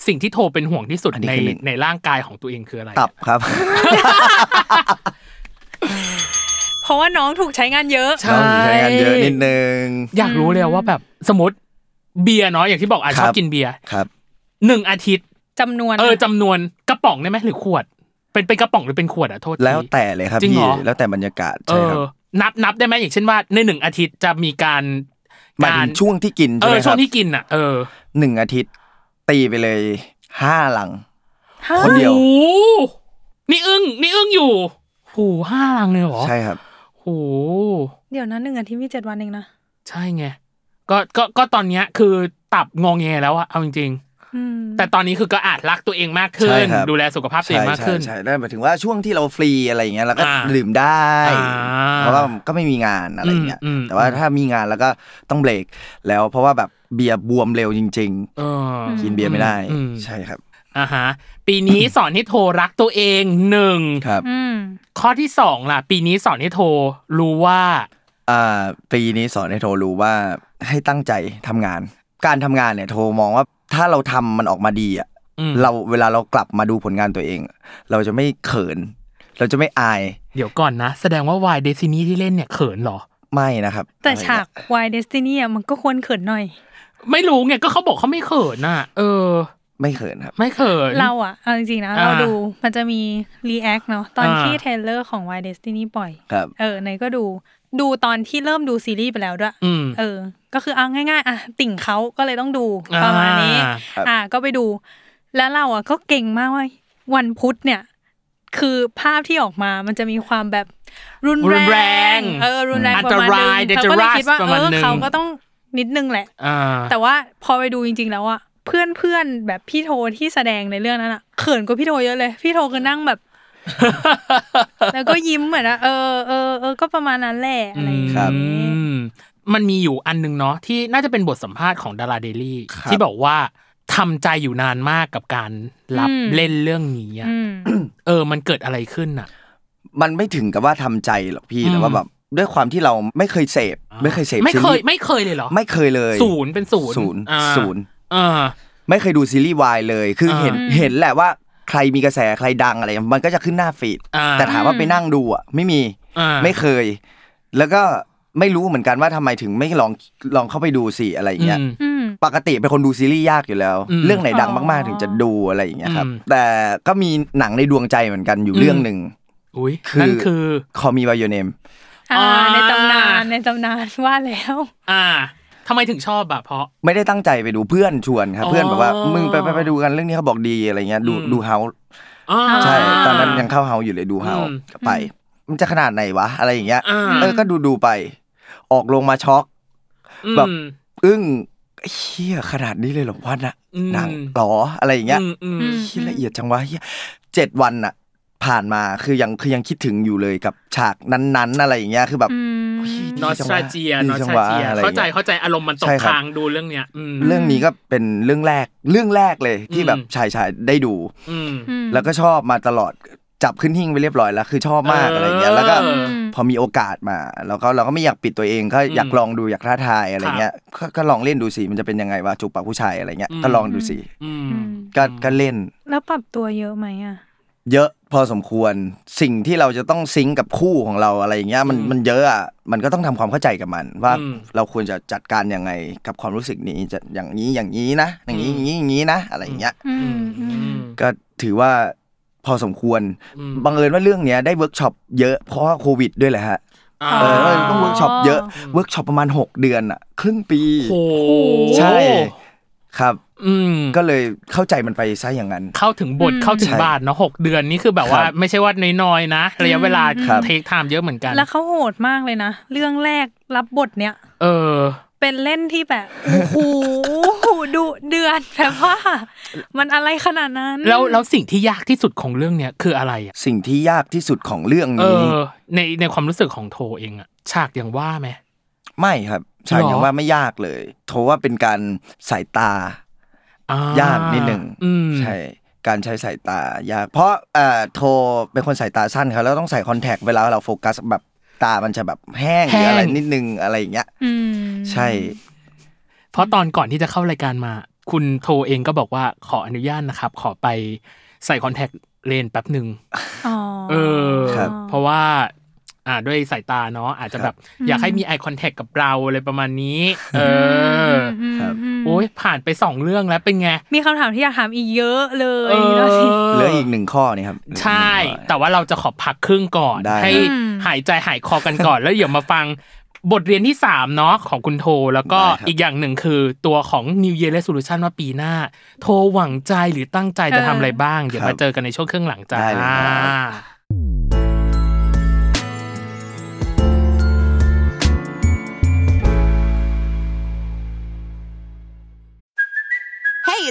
A: สิ่งที่โทรเป็นห่วงที่สุด
C: อันนี้
A: ใน
C: คือหนึ่ง
A: ในร่างกายของตัวเองคืออะไร
C: ตับครับ
B: เพราะว่าน้องถูกใช้งานเยอะ
A: ใช่
C: ต้องใช้งานเยอะนิดนึง
A: อยากรู้เลยว่าแบบสมมติเบียร์เนาะอย่างที่บอกอ่ะ
C: ค
A: ช
C: รับ
A: อบกินเบียร์
C: ครับ
A: หนึ่งอาทิตย์
B: จำนวน
A: เออจำนวนกระป๋องได้ไหมหรือขวด เป็นเป็นกระป๋องหรือเป็นขวดอ่ะโทษที
C: แล้วแต่เลยครับ
A: จริงเหรอ
C: พี่แล้วแต่บรรยากาศ
A: เอ
C: ใช่ครับ
A: อนับนับได้ไหมอย่างเช่นว่าในหนึ่งอาทิตย์จะมีการ
C: หมาย
A: กา
C: ถึ
A: รง
C: ช่วงที่กิน
A: เอ
C: ใช่ไห
A: อ
C: มค
A: ช่ว
C: รั
A: ง
C: บ
A: ที่กินอ่ะ เออ
C: หนึ่งอาทิตย์ ตีไปเลยห้าหลัง
B: ฮะ
C: คนเดียว
A: โอ้โหนี่อึ้งนี่อึ้งอยู่โหห้าลังเลยเหรอ
C: ใช่ครับ
A: โห
B: เดี๋ยวนะหนึ่งอาทิตย์มีเจ็ดวันเองนะ
A: ใช่ไงก็ก็ก็ตอนเนี้ยคือตับงองแงแล้วอะเอาจริง
B: อืม
A: ๆ แต่ตอนนี้คือก็อาจรักตัวเองมากขึ้
C: ใช่
A: น
C: ครับ
A: ดูแลสุขภาพตัวเองมากขึ้น
C: ใช่นั่นหมายถึงว่าช่วงที่เราฟรีอะไรอย่างเงี้ยเราก็
A: อ่า
C: ดื่มได้
A: อ่า
C: เพราะว่าก็ไม่มีงานอะไรอย่างเงี้ย
A: อืมอืม
C: แต่ว่าถ้ามีงานแล้วก็ต้องเบรกแล้วเพราะว่าแบบเบียร์บวมเร็วจริง
A: เออ
C: ๆ กินเบียร์ไม่ได้
A: อืม
C: ใช่ครับ
A: อ่ะฮะ ปีนี้สอนให้โทรรักตัวเองหนึ่ง
C: ครับ
B: อืม
A: ข้อที่สองล่ะ ปีนี้สอนให้โทรรู้ว่า
C: อ่าปีนี้สอนให้โทรรู้ว่าให้ตั้งใจทำงาน การทำงานเนี่ยโทรมองว่าถ้าเราทำมันออกมาดีอ่ะ
A: อืม
C: เราเวลาเรากลับมาดูผลงานตัวเอง เราจะไม่เขิน เราจะไม่อาย
A: เดี๋ยวก่อนนะ แสดงว่าวายเดซินีที่เล่นเนี่ยเขินเหรอ
C: ไม่นะครับ
B: แต่
C: อะไร
B: ฉาก
C: เงี้ย
B: Why Destiny อ่ะมันก็ควรเขินหน่อย
A: ไม่รู้ไงก็เขาบอกเขาไม่เขินน่ะ เออ
C: ไม่เขินครับ
A: ไม่เขิน
B: เราอ่ะ เอาจริงๆนะ
A: อ่า
B: เราดูมันจะมี React เนาะตอน
A: อ่า
B: ที่เทรลเลอร์ของ Why Destiny ปล่อย
C: ครับ
B: เออเนยก็ดู ดูตอนที่เริ่มดูซีรีส์ไปแล้วด้วย
A: อืม
B: เออ ก็คือเอาง่ายๆ อ่ะ ติ่งเขาก็เลยต้องดูประมาณนี้
A: อ่า
C: ครับ
B: อ่ะก็ไปดู แล้วเราอ่ะก็เก่งมากเว่าวันพุธเนี่ย คือภาพที่ออกมามันจะมีความแบบรุน
A: รุนแร
B: แรง ง เออ รุนแรง
A: อัน
B: ประ
A: ต
B: มาณ
A: รา
B: นึ
A: ย
B: งเราก็เลยคิดว่า
A: ประ
B: เอ
A: มาณ
B: อ
A: นึง
B: เขาก็ต้องนิดนึงแหละ
A: อ่า
B: แต่ว่าพอไปดูจริง ๆ แล้วอะเพื่อนเพื่อนๆแบบพี่โทที่แสดงในเรื่องนั้นอะเขินกว่าพี่โทเยอะเลย พี่โทคือนั่งแบบ แล้วก็ยิ้มเหมือนอะเออเออเออก็ประมาณนั้นแหละอะไรอย่าง
C: ครับ
A: อื
B: เงี้ย
A: มมันมีอยู่อันหนึงเนาะที่น่าจะเป็นบทสัมภาษณ์ของดาราเดลี่
C: ครับ
A: ที่บอกว่าทำใจอยู่นานมากกับการรับเล่นเรื่องนี้อะ
B: อืม
A: เออ มันเกิดอะไรขึ้นอ่ะ
C: มันไม่ถึงกับว่าทำใจหรอกพี่
A: อืม
C: แต่ว่าแบบด้วยความที่เราไม่เคยเสพไม่เคยเสพ
A: ไม่เคย
C: ซีรีส์
A: ไม่เคยเลยเหรอ
C: ไม่เคยเลย
A: ศูนย์เป็นศูนย์
C: ศูนย์
A: อ่า
C: ศูนย์
A: เออ
C: ไม่เคยดูซีรีส์วายเลย คือ
A: อ่า
C: เห็นเห็นแหละว่าใครมีกระแสใครดังอะไร มันก็จะขึ้นหน้าฟีด
A: อ่า
C: แต่ถามว่าไปนั่งดูอ่ะ ไม่มี
A: อ่า
C: ไม่เคย แล้วก็ไม่รู้เหมือนกันว่าทำไมถึงไม่ลองลองเข้าไปดูสิอะไรอย่างเงี้ย
A: อืม
B: อืม
C: ปกติเป็นคนดูซีรีส์ยากอยู่แล้ว
A: อืม
C: เรื่องไหนดัง
B: อ๋อ
C: มากๆถึงจะดูอะไรอย่างเงี้ยครับ
A: อืม
C: แต่ก็มีหนังในดวงใจเหมือนกันอยู่เรื่องหนึ่ง
A: อุ้ย
C: คือ
A: นั่นคือ
C: คอมีบายเนม
B: อ่า
A: อ่า
B: ในตำนานในตำนานว่าแล้ว
A: อ่าทำไมถึงชอบอะเพราะ
C: ไม่ได้ตั้งใจไปดูเพื่อนชวนครับ
A: อ๋อ
C: เพื่อนบอกว่ามึงไปไปไปดูกันเรื่องนี้เขาบอกดีอะไรเงี้ย ดู
A: อืม
C: ดูเฮา
A: อ่า
C: ใช่ ตอนนั้นยังเข้าเฮาอยู่เลยดูเฮา
A: อืม
C: ก็ไป มันจะขนาดไหนวะ อะไรอย่างเงี้ย
A: อ่า
C: เออ ก็ดูดูๆไป ออกลงมาช็อก แบบ
A: อืม
C: อึ้งเฮียขนาดนี้เลยเหรอวะน่ะ
A: อืม
C: หนังหรออะไรอย่างเงี้ย
A: อืมอืม
B: ม
C: เฮียละเอียดจังวะเฮียเจ็ดวันอะผ่านมาคือยังคือยังคิดถึงอยู่เลยกับฉากนั้นๆ อะไรอย่างเงี้ยคือแบบ
B: อืม
C: เฮ้ยดี
A: นอส
C: จั
A: ตราว
C: งะ
A: เจีย
C: ดี
A: นอส
C: จั
A: ตราว
C: งะ
A: เจีย
C: อะไรอย่งงี้ย
A: เข้าใจเข้าใจอารมณ์มันต
C: ใช่
A: ก
C: ครับ
A: ทางดูเรื่องเนี้ย อืม
C: เรื่องนี้ก็เป็นเรื่องแรกเรื่องแรกเลยที่แบบ
A: อืม
C: ชายชายได้ดู
A: อืม
B: อืม
C: แล้วก็ชอบมาตลอดจับขึ้นหิ้งไปเรียบร้อยแล้ว คือชอบมาก
A: เอออ
C: อะไรอย่างเงี้ยแล้วก็
A: อืม
C: พอมีโอกาสมาแล้วก็เราก็ไม่อยากปิดตัวเองก็อยากลองดูอยากท้าทายอะไรเงี้ยก็ก็ลองเล่นดูสิมันจะเป็นยังไงวะจูบปากผู้ชายอะไรเงี้ย
A: อืม
C: ก็ลองดูสิ
A: อืม
B: อืม
C: ก็ก็เล่น
B: แล้วปรับตัวเยอะไหมอ่ะ
C: เยอะพอสมควรสิ่งที่เราจะต้องซิงก์กับคู่ของเราอะไรอย่างเงี้ยมัน
A: อืม
C: มันเยอะอ่ะมันก็ต้องทำความเข้าใจกับมัน ว่า
A: อืม
C: เราควรจะจัดการยังไงกับความรู้สึกนี้จะอย่างนี้อย่างนี้นะ อย่างนี้
A: อื
C: อ
A: ม
C: ย่างนี้อย่างนี้นะ อะไรอย่างเงี้ย
B: อืมอื
A: อื
B: ม
A: ม
C: ก็ถือว่าพอสมควร
A: อืม
C: บังเอิญว่าเรื่องเนี้ยได้เวิร์กช็อปเยอะเพราะว่าโควิดด้วยแหละฮะ
A: อ่า
C: เออต้องเวิร์กช็อปเยอะ
A: อืม
C: เวิร์กช็อปประมาณ 6 เดือนอะครึ่งปี
A: โอ้โห
C: ใช่ครับ
A: อืม
C: ก็เลยเข้าใจมันไปซะอย่างนั้น
A: เข้าถึงบท
B: อืม
A: เข้าถึง
C: ใช่
A: บาทเนาะหกเดือนนี่คือแบบว่า
C: ครับ
A: ไม่ใช่ว่าน้อยๆนะระยะเวลา
C: ครับ
A: เทคไทม์เยอะเหมือนกัน
B: แล้วเขาโหดมากเลยนะ เรื่องแรกรับบทเนี่ย
A: เออ
B: เป็นเล่นที่แบบ โอ้โหดุเดือดแบบว่า มันอะไรขนาดนั้น
A: แล้วแล้วสิ่งที่ยากที่สุดของเรื่องเนี้ยคืออะไรอ่ะ
C: สิ่งที่ยากที่สุดของเรื่อง
A: เอ
C: นี้
A: อ ในในความรู้สึกของโทเองอะฉากอย่างว่าไหม
C: ไม่ครับใช่
A: หรอ
C: ยังว่าไม่ยากเลยโทว่าเป็นการสายตา
A: อ่
C: ยากนิดหนึ่ง
A: อืม
C: ใช่การใช้สายตายาก เพราะเอ่อโทเป็นคนสายตาสั้นครับแล้วต้องใส่คอนแทคเวลาเราโฟกัสแบบตามันจะแบบแห้งหรืออะไรนิดนึงอะไรอย่างเงี้ย
B: อืม
C: ใช่
A: เพราะตอนก่อนที่จะเข้ารายการมา คุณโทเองก็บอกว่าขออนุญาตนะครับ ขอไปใส่คอนแทคเลนส์แป๊บหนึ่ง
B: อ๋อ
A: เออ เพราะว่า อ่าด้วยสายตาเนาะอาจจะแบบอยากให้มี eye contact กับเราอะไรประมาณนี้ เออ
B: อืม
C: ครับ
B: อืม
A: โอ้ยผ่านไปสองเรื่องแล้วเป็นไง
B: มีคำถามที่อยากถามอีกเยอะเลย
A: เอ
B: แล้วสิ
A: อ
C: เหลืออีกหนึ่งข้อนี่ครับ
A: ใช่ แต่ว่าเราจะขอพักครึ่งก่อน
C: ได้
A: ให้
B: อืม
A: หายใจหายคอกันก่อน แล้วเดี๋ยวมาฟังบทเรียนที่ 3 เนาะของคุณโท แล้วก็อีกอย่างหนึ่งคือตัวของ New Year Resolution ว่าปีหน้า โทหวังใจหรือตั้งใจจะทำอะไรบ้าง เดี๋ยวมาเจอกันในช่วงเครื่องหลังจ้า
C: ได้เลยครับ
D: Hey,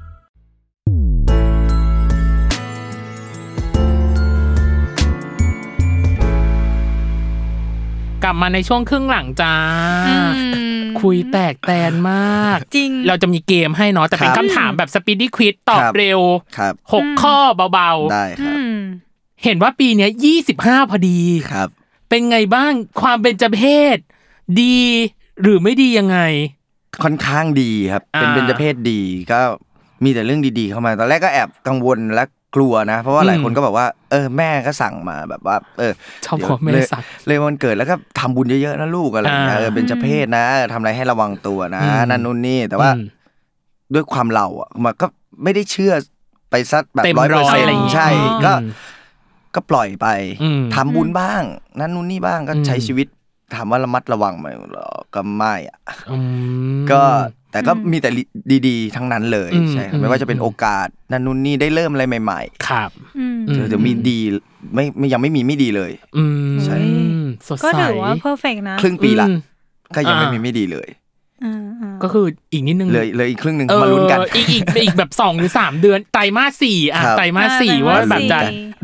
A: กลับมาในช่วงครึ่งหลังจ้า
B: อืม
A: คุยแตกแตนมาก
B: จริง
A: เราจะมีเกมให้เนาะแต่เป็น
C: ครับ
A: คำถามแบบสปีดดี้ควิสตอบ
C: ครับ
A: เร็ว
C: ครับ
A: หกข้อเบา
C: ได้ครั
B: อื
C: บ
B: ม
A: ๆ เห็นว่าปีเนี้ย25พอดี
C: ครับ
A: เป็นไงบ้างความเป็นจเพศดีหรือไม่ดียังไง
C: ค่อนข้างดีครับ
A: อ่า
C: เป็นเบญจเพศดีก็มีแต่เรื่องดีๆเข้ามา ตอนแรกก็แอบกังวลและกลัวนะ เพราะว่าหลายคนก็บอกว่า เออแม่ก็สั่งมาแบบว่า เออ
A: ชอบ
C: เดี๋ย
A: บอกแม่
C: เลย
A: สั่ง
C: เลยวันเกิดแล้วก็ทำบุญเยอะๆนะลูกอะไรอย่างเงี้ย
A: อ่า
C: เออเบญจเพศนะเออทำอะไรให้ระวังตัวนะ
A: อืม
C: นั่นนู่นนี่แต่ว่า
A: อืม
C: ด้วยความเราอ่ะมันก็ไม่ได้เชื่อไปซัดแบบ
A: เต็ม
C: ร้อย
A: ร้
C: เปอร์
A: อย
C: เซ็น
A: อะไรอย่าง
C: ต์
A: เงี้ย
C: ใช่
B: อืม
C: ก็ก็ปล่อยไป
A: อืม
C: ทำบุญบ้าง นั่นนู่นนี่บ้างก็ใช้
A: อืม
C: ชีวิตถามว่าระมัดระวังไหมเหรอก็ไม่อะ
A: อืม
C: ก็แต่ก็มีแต่ดีๆ ทั้งนั้นเลย
A: อืม
C: ใช่ครั
A: อื
C: บ
A: ม
C: ไม่ว่าจะเป็นโอกาสนั่นนู่นนี่ได้เริ่มอะไรใหม่
A: ครับ
B: อืม
C: ๆเดี๋ยวมีดีไม่ไม่ยังไม่มีไม่ดีเลย
A: อืม
C: ใช่
A: สด
B: ก็
A: ใส
B: ถือว่าเพอร์เฟกนะ
C: ครึ่งปีละ
A: อืม
C: ก็ยังไม่
A: อ่ามี
C: มีไม่ดีเลย
B: อืมอืม
A: ก็คืออีกนิดนึง
C: เลยเลยอีกครึ่งหนึ่ง
A: เออ
C: มาลุ้นกัน
A: อีกอีกอีกแบบสองหรือสามเดือนไตรมาสสี่อ่ะ
C: ครับ
A: ไตรมาสสี่ว่าแบบจะ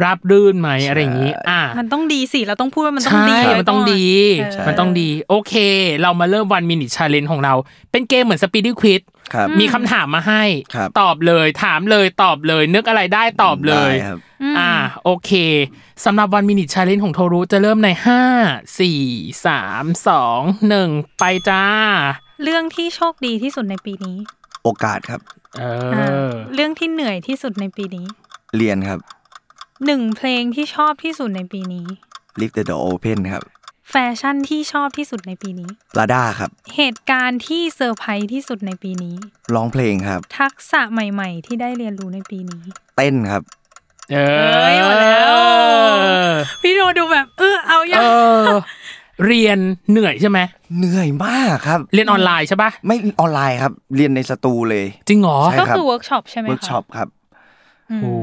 A: รับรื่นไหมอะไรอย่างนี้ อ่ะ
B: มันต้องดีสิเราต้องพูดว่ามันต้อง
A: ใช่
B: ดีไว้
A: มันต้อง
B: ก่
A: ดี
B: ใช่
A: มันต้องดี โอเค เรามาเริ่มวันมินิชาเลนของเรา เป็นเกมเหมือนสปีดดี้ควิด
C: ครับ
A: มีคำถามมาให้
C: ครับ
A: ตอบเลย ถามเลย ตอบเลย นึกอะไรได้ตอบเลย
C: ได้ครับ
A: อ่า โอเค สำหรับวันมินิชาเลนของโทรุจะเริ่มใน 5 4 3 2 1 ไปจ้า
B: เรื่องที่โชคดีที่สุดในปีนี้
C: โอกาสครับ
A: เออ
B: าเรื่องที่เหนื่อยที่สุดในปีนี้
C: เรียนครับ
B: หนึ่งเพลงที่ชอบที่สุดในปีนี้
C: Leave the door open ครับ
B: แฟชั่นที่ชอบที่สุดในปีนี้
C: ลาด้าครับ
B: เหตุการณ์ที่เซอร์ไพรส์ที่สุดในปีนี้
C: ร้องเพลงครับ
B: ทักษะใหม่ ๆ ที่ได้เรียนรู้ในปีนี้
C: เต้นครับ
A: เอ
B: เอ้ยมาแล้ว พี่โดดูแบบ เออเอาอย่า
A: เอง อ เรียนเหนื่อยใช่ไหม
C: เหนื่อยมากครับ
A: เรียนออนไลน์ใช่ปะ
C: ไม่ออนไลน์ครับ เรียนในสตูเลย
A: จริงเหรอ
C: ใช่
B: ก็
C: ครับ
B: คือเวิร์กช็อปใช่ไหมคะ
C: เวิร์กช็อปครับ
B: อืม
A: โอ้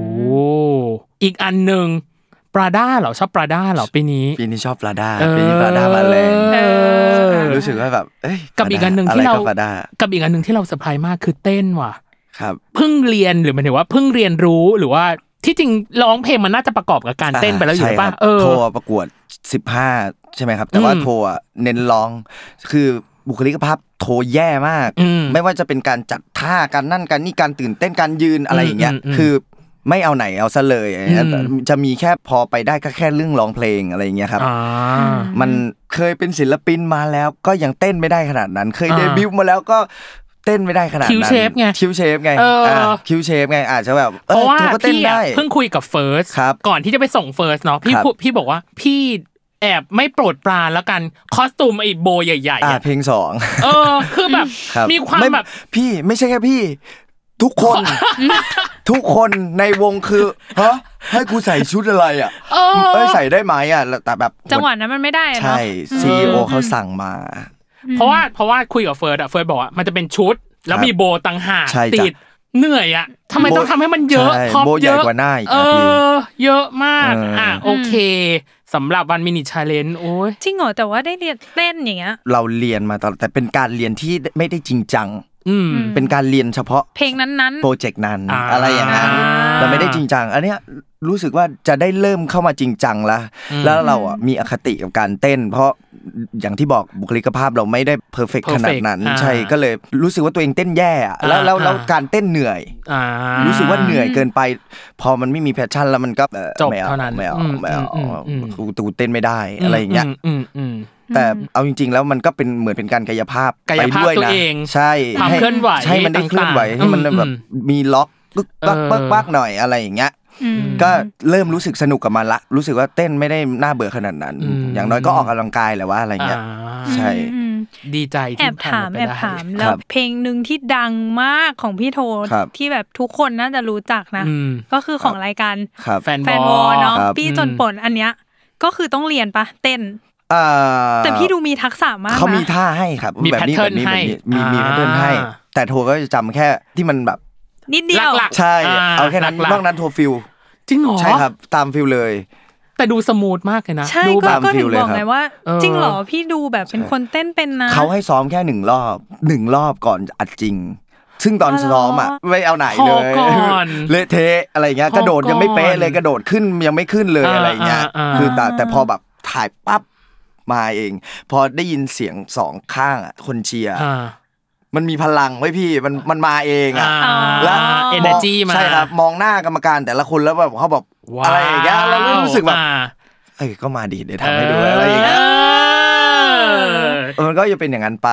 A: อีกอันหนึ่งปราด้าเหรอ ชอบปราด้าเหรอปีนี้
C: ปีนี้ชอบลาด้าปีนี้ลาด้ามาแรง
A: เออ
C: รู้สึกว่าแบบเอ้ย
A: กับอีกอันหนึ่ง
C: ะ
A: ที่เรา
C: ไก็ลาด้า
A: กับอีกอันหนึ่งที่เราเซอร์ไพรส์มากคือเต้นว่ะ
C: ครับ
A: เพิ่งเรียนหรือหมันถือว่าเพิ่งเรียนรู้หรือว่าที่จริงร้องเพลงมันน่าจะประกอบกับการเต้นไปแล้วอยู่หรือ
C: ใช่
A: ป่ะ
C: ครับ
A: เออ
C: โทรประกวด 15 ใช่ไหมครับ แต่ว่า
A: อืม
C: โทรอะเน้นร้อง คือบุคลิกภาพโทรแย่มาก
A: อืม
C: ไม่ว่าจะเป็นการจัดท่าการนั่นการนี่การตื่นเต้นการยืนอะไรอย่างเงี้ย
A: อืมอืม
C: คือไม่เอาไหนเอาซะเลยอะไรเงี้ย
A: อืม
C: จะมีแค่พอไปได้ก็แค่เรื่องร้องเพลงอะไรอย่างเงี้ยครับ
A: อ่า
C: มันเคยเป็นศิลปินมาแล้วก็ยังเต้นไม่ได้ขนาดนั้น เคย
A: อ่า
C: เดบิวต์มาแล้วก็เต้นไม่ได้ขนาดนั้น
A: คิวเชฟไง
C: คิวเชฟไง
A: เอออ่
C: าคิวเชฟไงอาจจะแบบ
A: เพราะว่า
C: เออเธอก็เต้น
A: พี่อะ
C: ได้
A: เพิ่งคุยกับเฟิร์ส
C: ครับ
A: ก่อนที่จะไปส่งเฟิร์สเนาะพี่
C: ครับ
A: พูดพี่บอกว่าพี่แอบไม่โปรดปรานแล้วกันคอสตูมไอ้โบใหญ่ๆ
C: อ่า
A: อะ
C: เพลงสอง
A: เออ คือแบบ
C: ครับ
A: มีความ
C: ไ
A: แบบ
C: พี่ไม่ใช่แค่พี่ ทุกคน ทุกคนในวงคือฮะให้กูใส่ชุดอะไรอ่ะ
A: เออ
C: เอ้ยใส่ได้ไหมอ่ะแล้วแต่แบบ
B: จังหวะนั้นมันไม่ได้อะเนาะ
C: ใช่ซีโอเขาสั่งมา
A: เพราะว่าเพราะว่าคุยกับเฟิร์สอะเฟิร์สบอกว่ามันจะเป็นชุด แล้วมีโบต่างหาก
C: ใช่จ้ะ
A: ติดเหนื่อยอะทำไม
C: โบ
A: ต้องทำให้มันเยอะ
C: ใช่
A: ครอบ
C: โบให
A: เย
C: ญ่
A: อะ
C: กว่าหน้าอีก
A: เอ
C: นะพี่
A: อ เยอะมาก
C: เอออ่
A: อ่ะโอเคสำหรับวันมินิชาเลนโอ้ย
B: จริงเหรอแต่ว่าได้เรียนเต้นอย่างเงี้ย
C: เราเรียนมาตลอดแต่เป็นการเรียนที่ไม่ได้จริงจัง
A: อืม
C: เป็นการเรียนเฉพาะ
B: เพลงนั้น
C: โปรเจกต์นั้น
A: อ่า
C: อะไรอย่างนั้น
B: อ่า
C: เราไม่ได้จริงจังอันเนี้ยรู้สึกว่าจะได้เริ่มเข้ามาจริงจังละแล้วเราอ่ะมีอคติกับการเต้น เพราะอย่างที่บอกบุคลิกภาพเราไม่ได้เพอร์เฟก
A: Perfect
C: ขนาดนั้น
A: อ่า
C: ใช่ก็เลยรู้สึกว่าตัวเองเต้นแย่อะแล้วแล้วแล้ว
A: อ่า
C: การเต้นเหนื่อย
A: อ่า
C: รู้สึกว่าเหนื่อยเกินไป พอมันไม่มีแพชชั่นแล้วมันก็เอ่อ
A: จบ
C: ไม่อ
A: เท่านั้น
C: ไม่เอา
A: อืม
C: ไม่เอา
A: อืมอืม
C: กูกูเต้นไม่ได้อะไรอย่างเงี้ย
A: อืมอืม
C: แต่เอาจริง ๆ แล้วมันก็เป็นเหมือนเป็นการกายภาพ
A: กายภาพ
C: ไปด้วย
A: ตัว
C: นะ
A: เอง
C: ใช่
A: ความ
C: ให้
A: เคลื่อนไหว
C: ใช่มันได้เคลื่อนไหว
A: ต่างๆ
C: ให้มันแบบ
A: อืม
C: มีล็อกปึกปัก
A: เออ
C: ปักปักหน่อยอะไรอย่างเงี้ย
B: ๆ อืม
C: ก็เริ่มรู้สึกสนุกกับมันละ รู้สึกว่าเต้นไม่ได้น่าเบื่อขนาดนั้น อย่างน้อยก็ออกกำลังกายแหละว่าอะไร
A: อ่า
C: เงี้ยใช่
B: อืม
A: ดีใจ
B: แอ
A: ที่
B: บ
A: ผ่า
B: ถาน ม
A: ไป
B: แอบ
A: ได้
B: ถามแล้ว
C: ครับ
B: เพลงหนึ่งที่ดังมากของพี่โท
C: ครับ
B: ที่แบบทุกคนน่าจะรู้จักนะ
A: อืม
B: ก็คือของรายการ
C: ครับ
A: แฟน
B: แฟน
A: ว
B: ว
A: อ
B: อ
A: ล
B: ลเนาะ
C: ครับ
B: พี่จนปนอันเนี้ยก็คือต้องเรียนปะเต้น
C: อ่า
B: แต่พี่ดูมีทักษะมาก
C: เขามี
B: นะ
C: ท่าให้ครับ
A: มี
C: แบบนี้
A: pattern
C: แบบนี้แบบนี้
A: ให้
C: มีมี
A: อ่า
C: แพทเทิร์นให้ แต่โทรก็จะจำแค่ที่มันแบบ
B: นิดเดียว
A: หลัก
C: ใช่
A: อ่า
C: เอาแค่นั้น
A: หลักๆ
C: นอกนั้นโทรฟิล
A: จริงเหรอ
C: ใช่ครับตามฟิลเลย
A: แต่ดูสมูทมากเลยนะ
B: ใช่
A: ดูแบ
B: ก็
A: บ
B: ก็
C: ฟิ
B: ถึ
C: ล
B: งบ
C: เลย
B: อก
C: ครับ
B: ไงว่า
A: เออ
B: จริงเหรอพี่ดูแบบเป็นคนเต้นเป็นนะ
C: เขาให้ซ้อมแค่หนึ่งรอบหนึ่งรอบก่อนอัดจริง ซึ่งตอน
B: อ๋อเหรอ
C: ซ้อมอ่ะไม่เอาไหน
A: ข
C: เล
A: อย ก่อน
C: เละเทะอะไรเงี้ย
A: ขอก่อน
C: กระโดดยังไม่เป๊ะเลยกระโดดขึ้นยังไม่ขึ้นเลย
A: อ่า
C: อะไรเงี้ย
A: อ่าอ่า
C: คือแต่แต่พอแบบถ่ายปั๊บมาเอง พอได้ยินเสียงสองข้างอ่ะคนเชียร์
A: อ่า
C: มันมีพลังไว้ยพี่มันมันมาเองอ่ะ
A: อ่า
C: แล้ว
A: เอ
C: ม
A: เน
C: อง
A: จีมา
C: ใช่ครับมองหน้ากรรมการแต่ละคนแล้วแบบเขาบอก
A: ว้าว
C: อะไรอย่างเงี้ยเรารู้สึกแบบ
A: อ่า
C: เอ้ยก็มาดีเดี๋ยวทำให้ดูอะไรอย่างเงี้ย
A: เออ
C: เออมันก็จะเป็นอย่างนั้นไป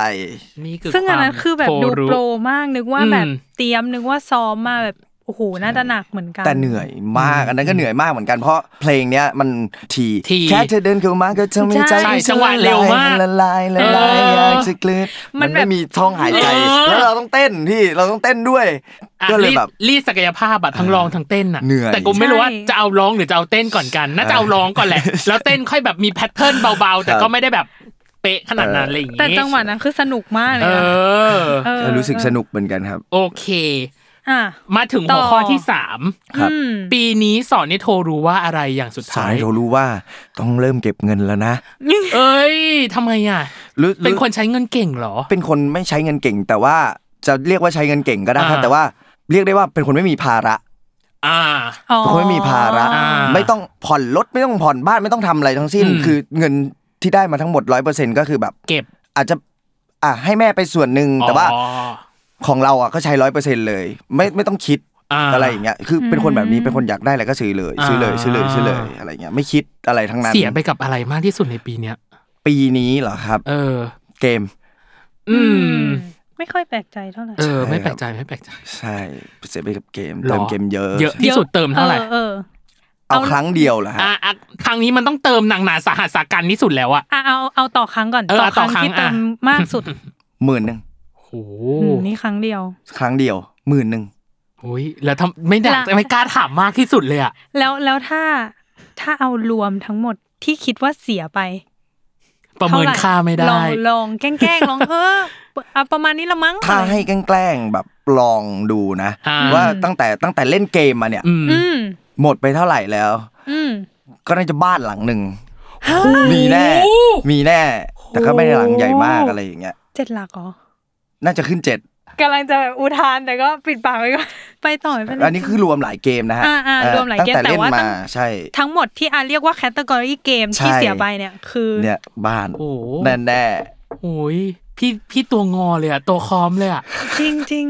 A: นี่คือ
B: ซึ่งอันนั้นคือแบบดู
A: วามรู้
B: โปรมากนึกว่า
A: อืม
B: แบบเตรียมนึกว่าซ้อมมาแบบโอ้โหน่าจะหนักเหมือนกัน
C: แต่เหนื่อยมากอันนั้นก็เหนื่อยมากเหมือนกันเพราะเพลงเนี้ยมันที
A: ถี่
C: แค่เธอเดินเข้ามาก็ทำให้ใจ
A: ใช่จังหวะเร็วมาก
C: ละลายละลาย
A: เออ
C: อยากจะกลืน
B: มั
C: มัน น
B: แบบ
C: ไม่มีท่องหายใจ
A: เออ
C: แล้วเราต้องเต้นพี่เราต้องเต้นด้วย
A: อ่ะ
C: ก็เลยแบบ
A: รีดรีดศักยภาพอะทั้งร้องทั้งเต้นอะ
C: เหนื่อย
A: แต่กูไม่รู้ว่า
B: ใช่
A: จะเอาร้องหรือจะเอาเต้นก่อนกัน น่าจะเอาร้องก่อนแหละ แล้วเต้นค่อยแบบมีแพทเทิร์นเบาๆ แต่
C: ครับ
A: ก็ไม่ได้แบบเป๊ะขนาดนั้นอะไรอย่างงี้
B: แต่จังหวะนั้นคือสนุกมากเล
A: เอย
B: นะ
A: อ
B: เออ
C: รู้สึกสนุกเหมือนกันครับ
A: โอเค
B: อ่ะ
A: มาถึงหั
B: ต่อ
A: วข้อที่สาม
C: ครับ
B: อืม
A: ปีนี้สอนนิโทรู้ว่าอะไรอย่างสุด
C: สา
A: ท้าย
C: ยเรารู้ว่าต้องเริ่มเก็บเงินแล้วนะ
A: เอ้ยทำไมอ่ะ
C: รู้
A: เป็นคนใช้เงินเก่งเหรอ
C: เป็นคนไม่ใช้เงินเก่ง แต่ว่าจะเรียกว่าใช้เงินเก่งก็ได้ครับ
A: อ่า
C: แต่ว่าเรียกได้ว่าเป็นคนไม่มีภาระ
A: อ่า
B: อ๋อ
C: เพราะไม่มีภาระ
A: อ่า
C: ไม่ต้องผ่อนรถไม่ต้องผ่อนบ้านไม่ต้องทำอะไรทั้งสิ้น
A: อืม
C: คือเงินที่ได้มาทั้งหมดร้อยเปอร์เซ็นก็คือแบบ
A: เก็บ
C: อาจจะอ่ะให้แม่ไปส่วนหนึ่งแต่ว่า
A: อ๋อ
C: ของเราอ่ะก็ใช้ร้อยเปอร์เซ็นเลย ไม่ไม่ต้องคิด
A: อ่า
C: อะไรอย่างเงี้ยคือเป็นคนแบบนี้เป็นคนอยากได้อะไรก็ซื้อเลย ซื้อเลย
A: อ่า
C: ซื้อเลยซื้อเลยอะไรเงี้ยไม่คิดอะไรทั้งนั้น
A: เสียไปกับอะไรมากที่สุดในปีเนี้ย
C: ปีนี้เหรอครับ
A: เออ
C: เกม
A: อื
B: อื
A: ม
B: ม ไม่ค่อยแปลกใจเท่าไหร่
A: เออ ไม่แปลกใจไม่แปลกใจ
C: ใช่เสียไปกับเกม
A: หร
C: เติมเกมเยอะ
A: เยอะที่สุดเติมเท่าไหร่
B: เออ
C: เอาครั้งเดียวเหรอฮะ
A: อ่ะอ่ะครั้งนี้มันต้องเติมหนักหนาสาหัสสากันที่สุดแล้วอะ
B: เอออ่ะเอาเอาต่อครั้งก่อน
A: เออ
B: ต่อค
A: ต่อครั้
B: รั้ง
A: ง
B: ที่เติม
A: อ่ะ
B: มากสุด
C: หมื่นหนึ่ง
A: โอ้โห
B: อืมนี่ครั้งเดียว
C: ครั้งเดียวหมื่นหนึ่ง
A: อุ้ยแล้วทำไม่ได้
B: ละ
A: ไม่กล้าถามมากที่สุดเลยอะ
B: แล้วแล้วถ้าถ้าเอารวมทั้งหมดที่คิดว่าเสียไป
A: ประเมิน
B: ท่ห
A: ค่าไม่ได้
B: ลองลองแกล้งๆลองเออเอาประมาณนี้ละมั้ง
C: ถ้าให้แกล้งๆแบบลองดูนะ
A: อ่า
C: ว่าตั้งแต่ตั้งแต่เล่นเกมมาเนี่ย
A: อืม
B: อืม
C: หมดไปเท่าไหร่แล้ว
B: อืม
C: ก็น่าจะบ้านหลังหนึ่งมีแน่ มีแน่ แต่ก็ไม่ได้หลังใหญ่มากอะไรอย่างเงี้ย
B: เจ็ดหลักเหรอ
C: น่าจะขึ้นเจ็ด
B: กำลังจะอุทานแต่ก็ปิดปากไว้ก่อน ไปต่อไม่เป็นไร
C: อันนี้คือรวมหลายเกมนะฮะ
B: อ่าอ่า
C: เออ
B: รวมหลายเกม
C: ตั้งแต่
B: แต่
C: เล่น
B: ว่าตั้
C: มาง ใช่
B: ทั้งหมดที่อาเรียกว่าแคตตากรีเกมที่
C: ใช่
B: เสียไปเนี่ย คือ
C: เนี่ยบ้าน
A: โอ้โห
C: แน่แน่
A: โอ้ยพี่พี่ตัวงอเลยอะตัวคอมเลยอะ
B: จริงจริง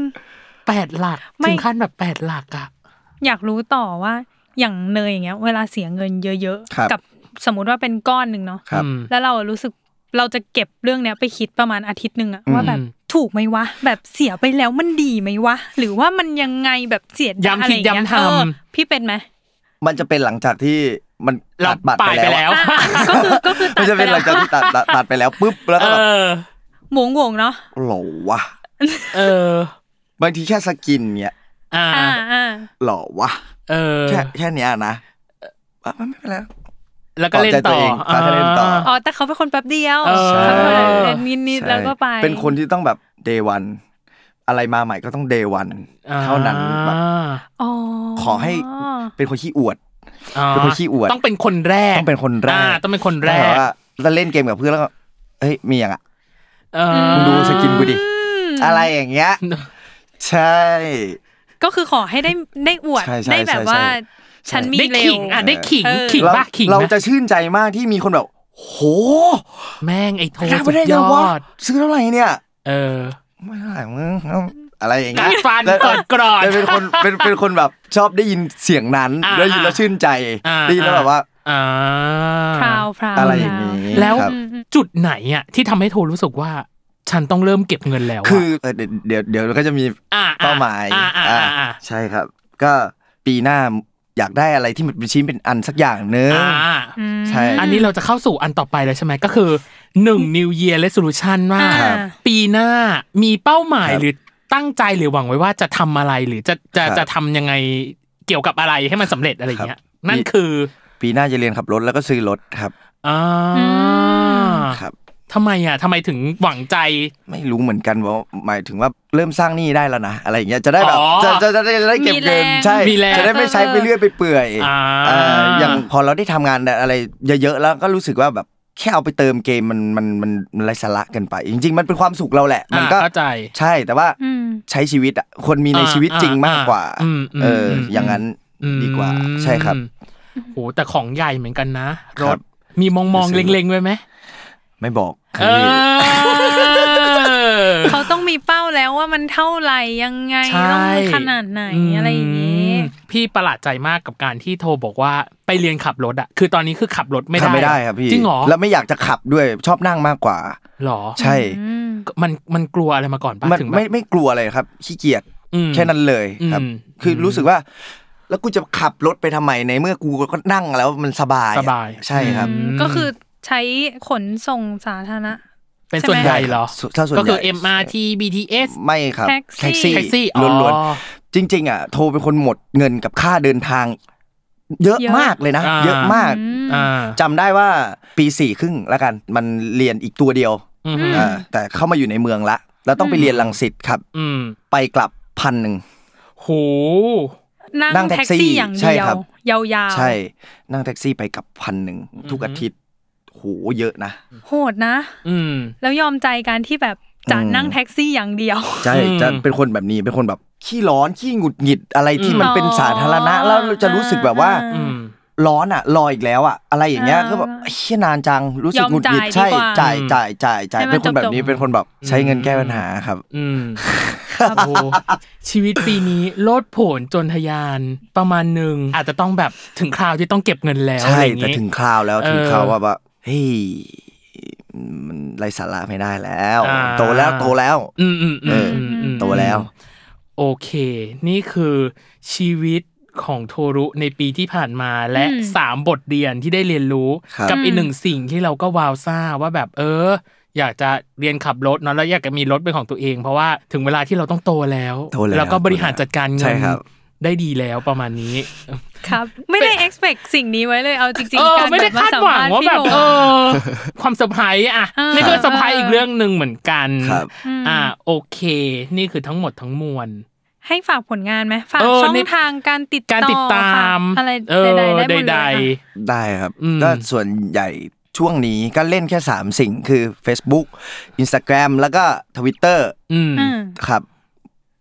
A: แปดหลัก
B: ไม่
A: ถึงขั้นแบบแปดหลักอะ
B: ๆ อยากรู้ต่อว่าอย่างเนยอย่างเงี้ย เวลาเสียเงินเยอะ
C: ครับ
B: ๆ กับสมมุติว่าเป็นก้อนหนึ่งเนาะ
C: ครับ
A: อืม
B: แล้วเราอะรู้สึกเราจะเก็บเรื่องเนี้ยไปคิดประมาณอาทิตย์หนึ่งอะว่าแบบถูกไหมวะ แบบเสียไปแล้วมันดีไหมวะ หรือว่ามันยังไงแบบเสียดา
A: ย้ำ
B: อะไร
A: คิด
B: อย่าง
A: ย้ำ
B: เงี้ย
A: ทำ
B: เออพี่เป็นไหม
C: มันจะเป็นหลังจากที่มัน
A: เรา
C: ตัดบัตร
A: ปลาย
C: ไป
A: ไป
C: แล้
A: แล้ว ว
C: อะ
B: อ่ะก็คือก็คือตั
C: มัน
B: ด
C: จะ
B: ไป
C: เป็นห
B: แล้
C: ลังจาก
B: ว
C: ที่ตัดตัดตัดไปแล้วปุ๊บแล้ว
A: เอ
C: ก็แบบ
A: อ
B: หวงวงๆเนาะ
C: โหลวะ
A: เออ
C: บางทีแค่สกินเนี่ย
A: อ่า
B: อ่าอ่า
C: หล่อวะ
A: เออ
C: แค่แค่เนี้ยนะอ่ะมันไม่เป็นไร
A: แล้วก็เล่น
C: ปลอบใจตั
A: ต่
C: ว
A: อ
C: เองปลอบใจตัวเองต่อ
A: า
B: อ๋อ แต่เขาเป็นคนแป๊บเดียว
A: เออ
B: เขาเป็นคนแบบนิดๆแล้วก็ไป
C: ใช่เป็นคนที่ต้องแบบเดวันอะไรมาใหม่ก็ต้องเดวันเท่านั้นแบบ
B: อ๋อ
C: ขอให้ เป็นคนขี้อวด
A: อ่า
C: เป็นคนขี้อวด
A: ต้องเป็นคนแรก
C: ต้องเป็นคนแรก
A: อ่าต้องเป็นคนแร
C: แล้
A: ก
C: วก็เล่นเกมกับเพื่อนแล้วก็เฮ้ยมีอย่างอ่ะ
A: เออ
C: มึงดูสกินกูดิ
B: อืม
C: อะไรอย่างเงี้ยใช่
B: ก็คือขอให้ได้ได้อวด
C: ใช่ใช่
B: ได้แบบว่า
C: ใช่
B: ฉันมี
A: ได้
B: เร็
A: ขิ
B: ว
A: งอ่ะได้ขิง
B: เออ
A: ขิง
C: เรา
A: บ้าขิง
C: เรา
A: นะ
C: จะชื่นใจมากที่มีคนแบบโห
A: แม่งไอ้โท
C: ได้
A: สุ
C: ไม่ได้
A: ดย
C: ไง
A: อ
C: วะ
A: ด
C: ซื้อเท่าไหร่เนี่ย
A: เออ
C: ไม่เท่าไหร่มึงอะไรอย่าง
A: กั
C: เงี้
A: ด
C: ย
A: ฟัน
C: แล้ว
A: กอดกรอด
C: แล้วเป็น คนเป็นเป็นคนแบบชอบได้ยินเสียงนั้น
A: อ่า
C: ได้ยินแล้วชื่นใจ
A: อ่า
C: ได้ยินแล้วแบบว่า
A: อ่า
B: พราวพราว
C: อะไรอย่างนี้
A: แล้ว
C: ครับ
B: อืมอืม
A: จุดไหนอ่ะที่ทำให้โทรู้สึกว่า ฉันต้องเริ่มเก็บเงินแล้วะ
C: คือเอ่อเดี๋ยวเดี๋ยวเดี๋ยวก็จะมี
A: อ่ะ
C: เป้าหมาย
A: อ่ะอ่ะ
C: อ่า
A: อ่ะอ่ะ
C: ใช่ครับ ก็ปีหน้าอยากได้อะไรที่มันเป็นชิ้นเป็นอันสักอย่างหนึง
A: อ่ะ
B: อืม
C: ใช่
A: อันนี้เราจะเข้าสู่อันต่อไปแล้วใช่ไหมก็คือ1 New Year Resolution ว่า
B: ครับ
A: ปีหน้ามีเป้าหมาย
C: ครับ
A: หรือตั้งใจหรือหวังไว้ว่าจะทำอะไรหรือจะจะ
C: ครับ
A: จะทำยังไงเกี่ยวกับอะไรให้มันสำเร็จอะไรอย่างเงี้ย
C: ครับ
A: นั่นคือ
C: ปีหน้าจะเรียนขับรถแล้วก็ซื้อรถครับ
A: อ่า
C: ครับ
A: ทำไมอ่ะทำไมถึงหวังใจ
C: ไม่รู้เหมือนกันว่าหมายถึงว่าเริ่มสร้างหนี้ได้แล้วนะอะไรอย่างเงี้ยจะได้แบบ
A: อ๋อ
C: จะจะจะได้ได้เก็บ
B: มีแรง
C: เงินใช่
A: มีแรง
C: จะได้ไม่ใช้ไปเรื่อยไปเปื่อย
A: อ่า
C: เอ่ออย่างพอเราได้ทำงานอะไรเยอะๆแล้วก็รู้สึกว่าแบบแค่เอาไปเติมเกมมันมันมันมันไร้สาระเกันไป จริง ๆ มันเป็นความสุขเราแหละ มัน
A: อ่ะ
C: ก็
A: เข้าใจ
C: ใช่แต่ว่า
B: อืม
C: ใช้ชีวิตอะคนมีใน
A: อ่า
C: ชีวิตจริง
A: อ่าม
C: มากกว่า
A: อืมอืม
C: เอออ
A: ม
C: อย่างนั้น
A: อืม
C: ดีกว่าใช่ครับ
A: โหแต่ของใหญ่เหมือนกันนะร
C: ครั
A: ถ
C: บ
A: มีมองมอง
C: รู้สึก
A: เล็งๆไว้ไหม
C: ไม่บอก
A: เอ
C: พี่
A: อ
B: เขาต้องมีเป้าแล้วว่ามันเท่าไหร่ยังไง
A: ใช่
B: ต้องขนาดไหนอะไรอย่างนี้
A: อืมพี่ประหลาดใจมากกับการที่โทรบอกว่าไปเรียนขับรถอะคือตอนนี้คือขับรถไม่ได้
C: ทำไม่ได้ครับพี่
A: จริงเหรอ
C: แล้วไม่อยากจะขับด้วยชอบนั่งมากกว่า
A: หรอ
C: ใช่
A: มันมันกลัวอะไรมาก่อนปะ
C: มัน
A: ถึงแบบ
C: ไม่ไม่กลัวอะไรครับขี้เกียจ
A: อืม
C: แค่นั้นเลยครับ
A: อืม
C: คือรู้สึกว่า แล้วกูจะขับรถไปทำไมในเมื่อกูก็นั่งแล้วมันสบาย
A: สบาย
C: ใช่ครับ
A: อืม
B: ก็คือใช้ขนส่งสาธารณะ
A: เป็นส่วนใหญ่เหรอ
C: ใช่ครับส่วนใหญ่
A: ก็คือ MRT BTS
C: ไม่ครับ
B: แท็กซี่
A: แท็กซี่อ๋อ
C: ล้วนๆจริง ๆ อ่ะ โทรเป็นคนหมดเงินกับค่าเดินทาง เยอะ
B: เยอะ
C: มากเลยนะ
A: อ่า
C: เยอะมาก
B: อืม
A: อ่า
C: จำได้ว่าปีสี่ครึ่งแล้วกันมันเรียนอีกตัวเดียว
A: อืม
C: อ่าแต่เข้ามาอยู่ในเมืองละแล้วต้องไปเรียนลังสิตครับ
A: อืม
C: ไปกลับพันหนึ่ง
A: โห
C: นั่
B: นั่
C: ง
B: ง
C: แท็
B: แท็
C: ก
B: ก
C: ซี่
B: ซี่อย่าง
C: ใช่
B: เดีย
C: ครับ
B: วยาว
C: ใช่นั่งแท็กซี่ไปกลับพันหนึ่งทุกอาทิตย์โหเยอะนะ
B: ๆโหดนะ
A: อืม
B: แล้วยอมใจการที่แบบจะ
C: อืม
B: นั่งแท็กซี่อย่างเดียว
C: ใช่
A: อืม
C: จะเป็นคนแบบนี้เป็นคนแบบขี้ร้อนขี้หงุดหงิดอะไรที่มัน
B: อืม
C: เป็นสาธารณะแล้วเราจะรู้สึกแบบว่า
B: อ่า
A: อืม
C: ร้อนอ่ะรออีกแล้วอ่ะอะไรอย่างเงี้ย
B: อ่า
C: ก็แบบเฮียนานจังรู้สึก
B: ยอม
C: หงุดหงิด
B: จ่าย
C: ใช่
B: ดีกว่า
C: จ่ายจ่ายจ่ายจ่าย
B: ให้มัน
C: เป็นคนแบบนี้
B: จบๆ
C: เป็นคนแบบใช้เงินแก้ปัญหาครับ
A: อืมโอ้ชีวิตปีนี้โลดโผนจนทะยานประมาณหนึ่งอาจจะต้องแบบถึงคราวที่ต้องเก็บเงินแล้วอะ
C: ใช่
A: ไรอย่าง
C: แต่
A: งี้
C: ถึงคราวแล้ว
A: เออ
C: ถึงคราวว่าแบบเฮ้ยมันไรสาระไม่ได้แล้ว
A: อ่า
C: โตแล้วโตแล้ว
A: อืมอืมอื
C: เอ
A: ม
C: ออื
A: มอืม
C: โตแล้ว
A: โอเค นี่คือชีวิตของโทรุในปีที่ผ่านมาและ
B: อืม
A: สามบทเรียนที่ได้เรียนรู้
C: ครับ
A: กับอีกหนึ่งสิ่งที่เราก็วาวซ่าว่าแบบเออ อยากจะเรียนขับรถเนาะแล้วอยากจะมีรถเป็นของตัวเอง เพราะว่าถึงเวลาที่เราต้องโตแล้ว
C: โตแล้ว
A: ก็บริหารจัดการเงิ
C: ใช่
A: น
C: ครับ
A: ได้ดีแล้วประมาณนี้
B: ครับ ไม่ได้ expect สิ่งนี้ไว้เลยเอาจริง
A: เออ
B: ๆการ
A: ไม่ได้
B: แบบ
A: คาดหวังว่า
B: พี่
A: แบบ
B: โท
A: เออ ความเซอร์ไพรส์อ่ะ
B: เออ
A: นี่ก็เซอร์ไพรส์
B: เอออี
A: อีกเรื่องหนึ่งเหมือนกัน
C: ครับ
A: อ่าโอเค นี่คือทั้งหมดทั้งมวล
B: ให้ฝากผลงานไหมฝาก
A: เออ
B: ช่อง
A: ใน
B: ทางการติด
A: การติดตา
B: ฝ
A: ม
B: กอะไร
A: เออ
B: ใดๆได้หมดเล
A: ใด
B: ยอะ
C: ได้ครับ
A: อืม
C: ก็ส่วนใหญ่ช่วงนี้ก็เล่นแค่ 3 สิ่งคือ Facebook Instagram แล้วก็ Twitter
A: ๆอืม
B: อืม
C: ครับ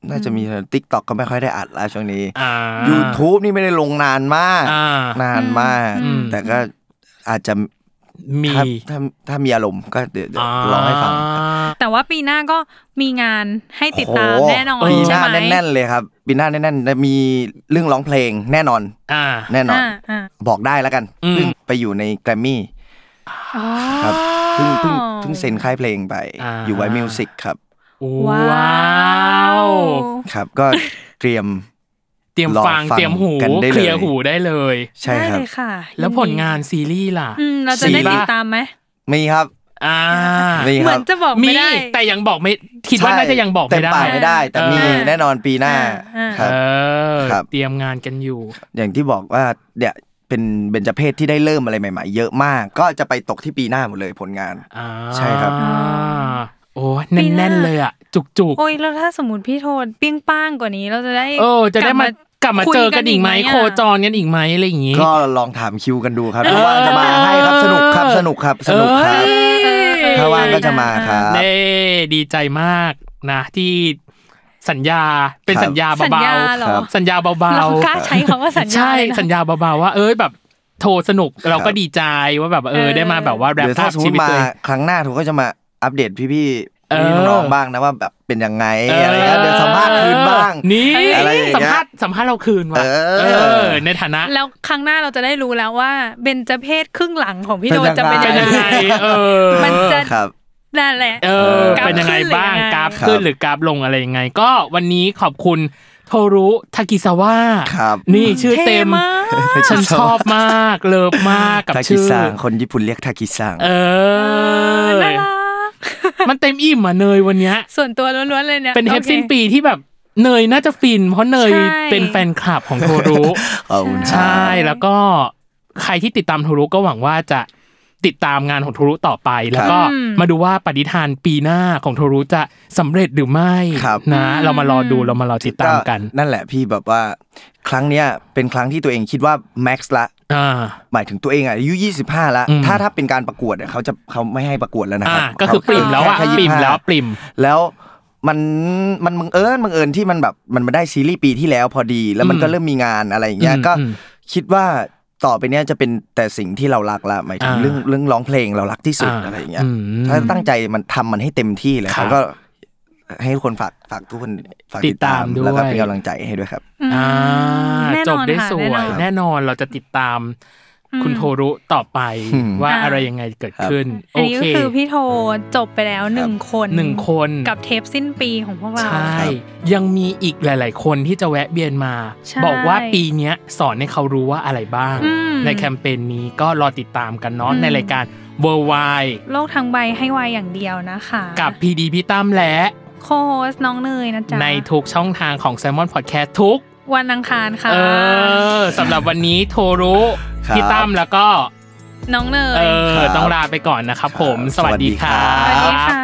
C: น่าจะมี TikTok ก็ไม่ค่อยได้อัดแล้วช่วงนี้
A: อ่า
C: YouTube นี่ไม่ได้ลงนานมาก
A: อ่าน
C: านมาก
A: อืม
C: แต่ก็อาจจะ
A: มี
C: ถ้าถ้าถ้ามีอารมณ์ก็เดี๋ยวเดี๋ยวร้องให้ฟังครับ
A: า
B: แต่ว่าปีหน้าก็มีงานให้ติดตาม
C: โโห
B: แน่นอน
C: ปีห
B: ใช่
C: น้า
B: ไหม
C: แน่นๆเลยครับปีหน้าแน่นๆจะมีเรื่องร้องเพลงแน่นอน
A: อ่า
C: แน่นอน
B: อ่าอ่า
C: บอกได้แล้วกัน
A: อืม
C: เพิ่งไปอยู่ในแกรมมี่
B: อ๋อ
C: ครับเพิ่งเพิ่งเพิ่งเซ็นค่ายเพลงไป
A: อ่า
C: อยู่ไว้มิวสิกครับ
A: ว้
B: ว้
A: า
B: าว ว
C: ครับ ก็เต รียม
A: เตรียม
C: รอ
A: ฟัง
C: ฟัง
A: เตรียมหู
C: กันได้เลย
A: เคลียร์หูได้เลย
C: ใช่
B: ได้
C: ครับ
B: เลยค่ะ
A: แล้ว
B: ยินดี
A: ผลงานซีรีส์ล่ะ
B: อืมเราจะ
C: สี
B: ได้ติด
A: บ้า
B: ตามไหม
C: มีครับ
A: อ่า
C: มี
B: เห
C: ค
B: มือ
C: รับ
B: นจะบอก
A: มี
B: ไม่ได้
A: แต่ยังบอกไม่คิดว่า
C: ใช่
A: น่าจะยังบอก
C: เต็
A: ไม่
C: ม
A: ได้
C: ปากไม่ได้ แต่มี
A: เออ
C: แน่นอนปีหน้า
B: อ่า
C: ครับ
A: เออ
C: ครับ
A: เตรียมงานกันอยู่
C: อย่างที่บอกว่าเนี่ยเป็นเบญจเพศที่ได้เริ่มอะไรใหม่ๆ เยอะมาก ก็จะไปตกที่ปีหน้าหมดเลยผลงาน
A: อ่า
C: ใช่ครับ
A: โอ้แน่นๆเลยอ่ะ จุกจุกๆ
B: โอ้ยแล้วถ้าสมมติพี่โทษเปี้ยงป้างกว่านี้เราจะได้
A: เออ จะได้มากก
B: ลั
A: ลั
B: บบ มา
A: มา
B: คุย
A: เจอกันอีกไหม
B: กันอีกไหมอะ
A: โคจรกันอีกไหมอะไรอย่างงี้
C: ก็ลองถามคิวกันดูครับ
A: เออ
C: ถ้าว่างจะมาให้ครับสนุกครับสนุกครับสนุกครับ
A: เอ้ย
C: ถ้าว่างก็จะมาครับ
A: เน่ดีใจมาก นะที่สัญญาเป็น
C: ครับ
A: สัญญา
B: สัญ
A: เบา
B: ญาเหรอ
A: ๆสัญญาเบา
B: เรา
A: ๆ
B: กล้าใช้คำว่าสัญญา
A: ใช่
B: เลยนะ
A: สัญญาเบาๆว่า เอ้ยแบบโทรสนุกเราก็ดีใจว่าแบบเออ
B: เออ
A: ได้มาแบบว่าแรป
C: เดี๋ยวถ้าสมม
A: ชี
C: ติ
A: วิต
C: มา
A: ตัวเอง
C: ครั้งหน้าทูก็จะมาอัปเดตพี่ๆพี่
A: เออ
C: น้องๆบ้างนะว่าแบบเป็นยังไงอะไรเงี้ยเดี๋ยวสัมภาษณ์คืนบ้าง
A: นี่
C: อะไรอย่างเงี้ย
A: สัมภาษณ์สัมภาษณ์เราคืนว่ะ
C: เออ
A: เออ ในฐานะ
B: แล้วครั้งหน้าเราจะได้รู้แล้วว่าเบนจะเพศครึ่งหลังของพี่โด
C: เป็นยังไง
B: จะเป็น
A: เป็
B: ยั
A: น
B: ง
A: ยัง
B: ไง
A: ไงเออ
B: มันจะ
C: ครับ
B: นั่นแหละ
A: เออ
B: กราฟ
A: เป็นยังไง
B: ขึ้นหรือ
A: บ้าง
B: ยังไง
A: กราฟ
C: ครับ
A: ขึ้นหรือกราฟลงอะไรยังไง ก็วันนี้ขอบคุณโทรุทากิซาวะ
C: ครับ
A: นี่ชื่อเต็ม
B: ท่าก
A: ฉันชอบมากเลิฟมากกับ
C: ทากิ
A: ชื่อ
C: ซังคนญี่ปุ่นเรียกทากิซัง
A: เออ
B: น่ารัก
A: มันเต็มอิ่มอ่ะเนยวันเนี้ย
B: ส่วนตัวล้วนๆเลยเนี่ย
A: เป็นเทป
B: โอค
A: สิ้นปีที่แบบเนยน่าจะฟิน เพราะเนย
B: ใช่
A: เป็นแฟนคลับของโทรุ
C: ขอบคุณค
A: ใช
C: รับ่
A: แล้วก็ใครที่ติดตามโทรุก็หวังว่าจะติดตามงานของโทรุต่อไป แล้วก็มาดูว่าปฏิทานปีหน้าของโทรุจะสำเร็จหรือไม่
C: ครับ
A: นะ เรามารอดูเรามารอติดตามกัน
C: นั่นแหละพี่แบบว่า ครั้งเนี้ยเป็นครั้งที่ตัวเองคิดว่าแม็กซ์ละ
A: อ่า
C: หมายถึงตัวเองอะอายุ 25 แล้ว
A: อืม
C: ถ้าถ้าเป็นการประกวดอะเขาจะเขาไม่ให้ประกวดแล้วนะค
A: อ่า
C: รับ
A: ก็คือปริ่มแล้วอ่ะ
C: เขาค่
A: ปริ่ม
C: 25
A: แล้วปริ่ม
C: แล้วมันมันบังเอิญบังเอิญที่มันแบบมันมาได้ซีรีส์ปีที่แล้วพอดี แล้วมันก็เริ่มมีงานอะไรอย่างเงี้ย
A: อืม
C: ก็
A: อืม
C: คิดว่าต่อไปเนี้ยจะเป็นแต่สิ่งที่เรารักละหมายถึง
A: อ่า
C: เรื่องเรื่องร้องเพลงเรารักที่สุด
A: อ่า
C: อะไรอย่างเงี้ย
A: อืม
C: ถ้าตั้งใจมันทำมันให้เต็มที่เลย
A: ครั
C: แล้
A: บ
C: วก็ ให้ทุกคนฝากฝากทุกคนฝาก
A: ติดตามด้วย
C: แล้วก็เป็นกำลังใจให้ด้วยครับ
B: อืม
A: อ่า
B: แน่นอน
A: จบได้
B: ค่ะ
A: สว
B: แน่น
A: ย
B: อน
A: แน่นอนเราจะติดตามคุณโทรุต่อไป
C: อืม
A: ว่า
B: อ่า
A: อะไรยังไงเกิดขึ้น
B: อั
A: โอน
B: นี้
A: เค
B: ก็คือพี่โทจบไปแล้วหนึ่งคน
A: หนึ่งคน
B: กับเทปสิ้นปีของพวกเรา
A: ใช่ ยังมีอีกหลาย ๆ คนที่จะแวะเวียนมา
B: ใช่
A: บอกว่าปีเนี้ยสอนให้เขารู้ว่าอะไรบ้าง
B: อืม
A: ในแคมเปญนี้ก็รอติดตามกันเนาะ
B: อืม
A: ในรายการ w o r l d w i d e
B: โลกทั้งใบให้วายอย่างเดียวนะคะ
A: กับ PD พี่ตั้มและ
B: โคโฮสน้องเนยนะจ๊ะ
A: ในทุกช่องทางของ s ซ l m o n Podcast ทุก
B: วันอังคารค่ะ
A: เออสำหรับวันนี้โทรุ
C: ครับ
A: พี่ตั้มแล้วก็
B: น้องเนย
A: เออ
C: ครับ
A: ต้องลาไปก่อนนะครับผม
C: ครับ
A: สวัสดีครั
C: สวัส
A: บ
B: สวั
C: ดีครับ
B: สดีค่ะ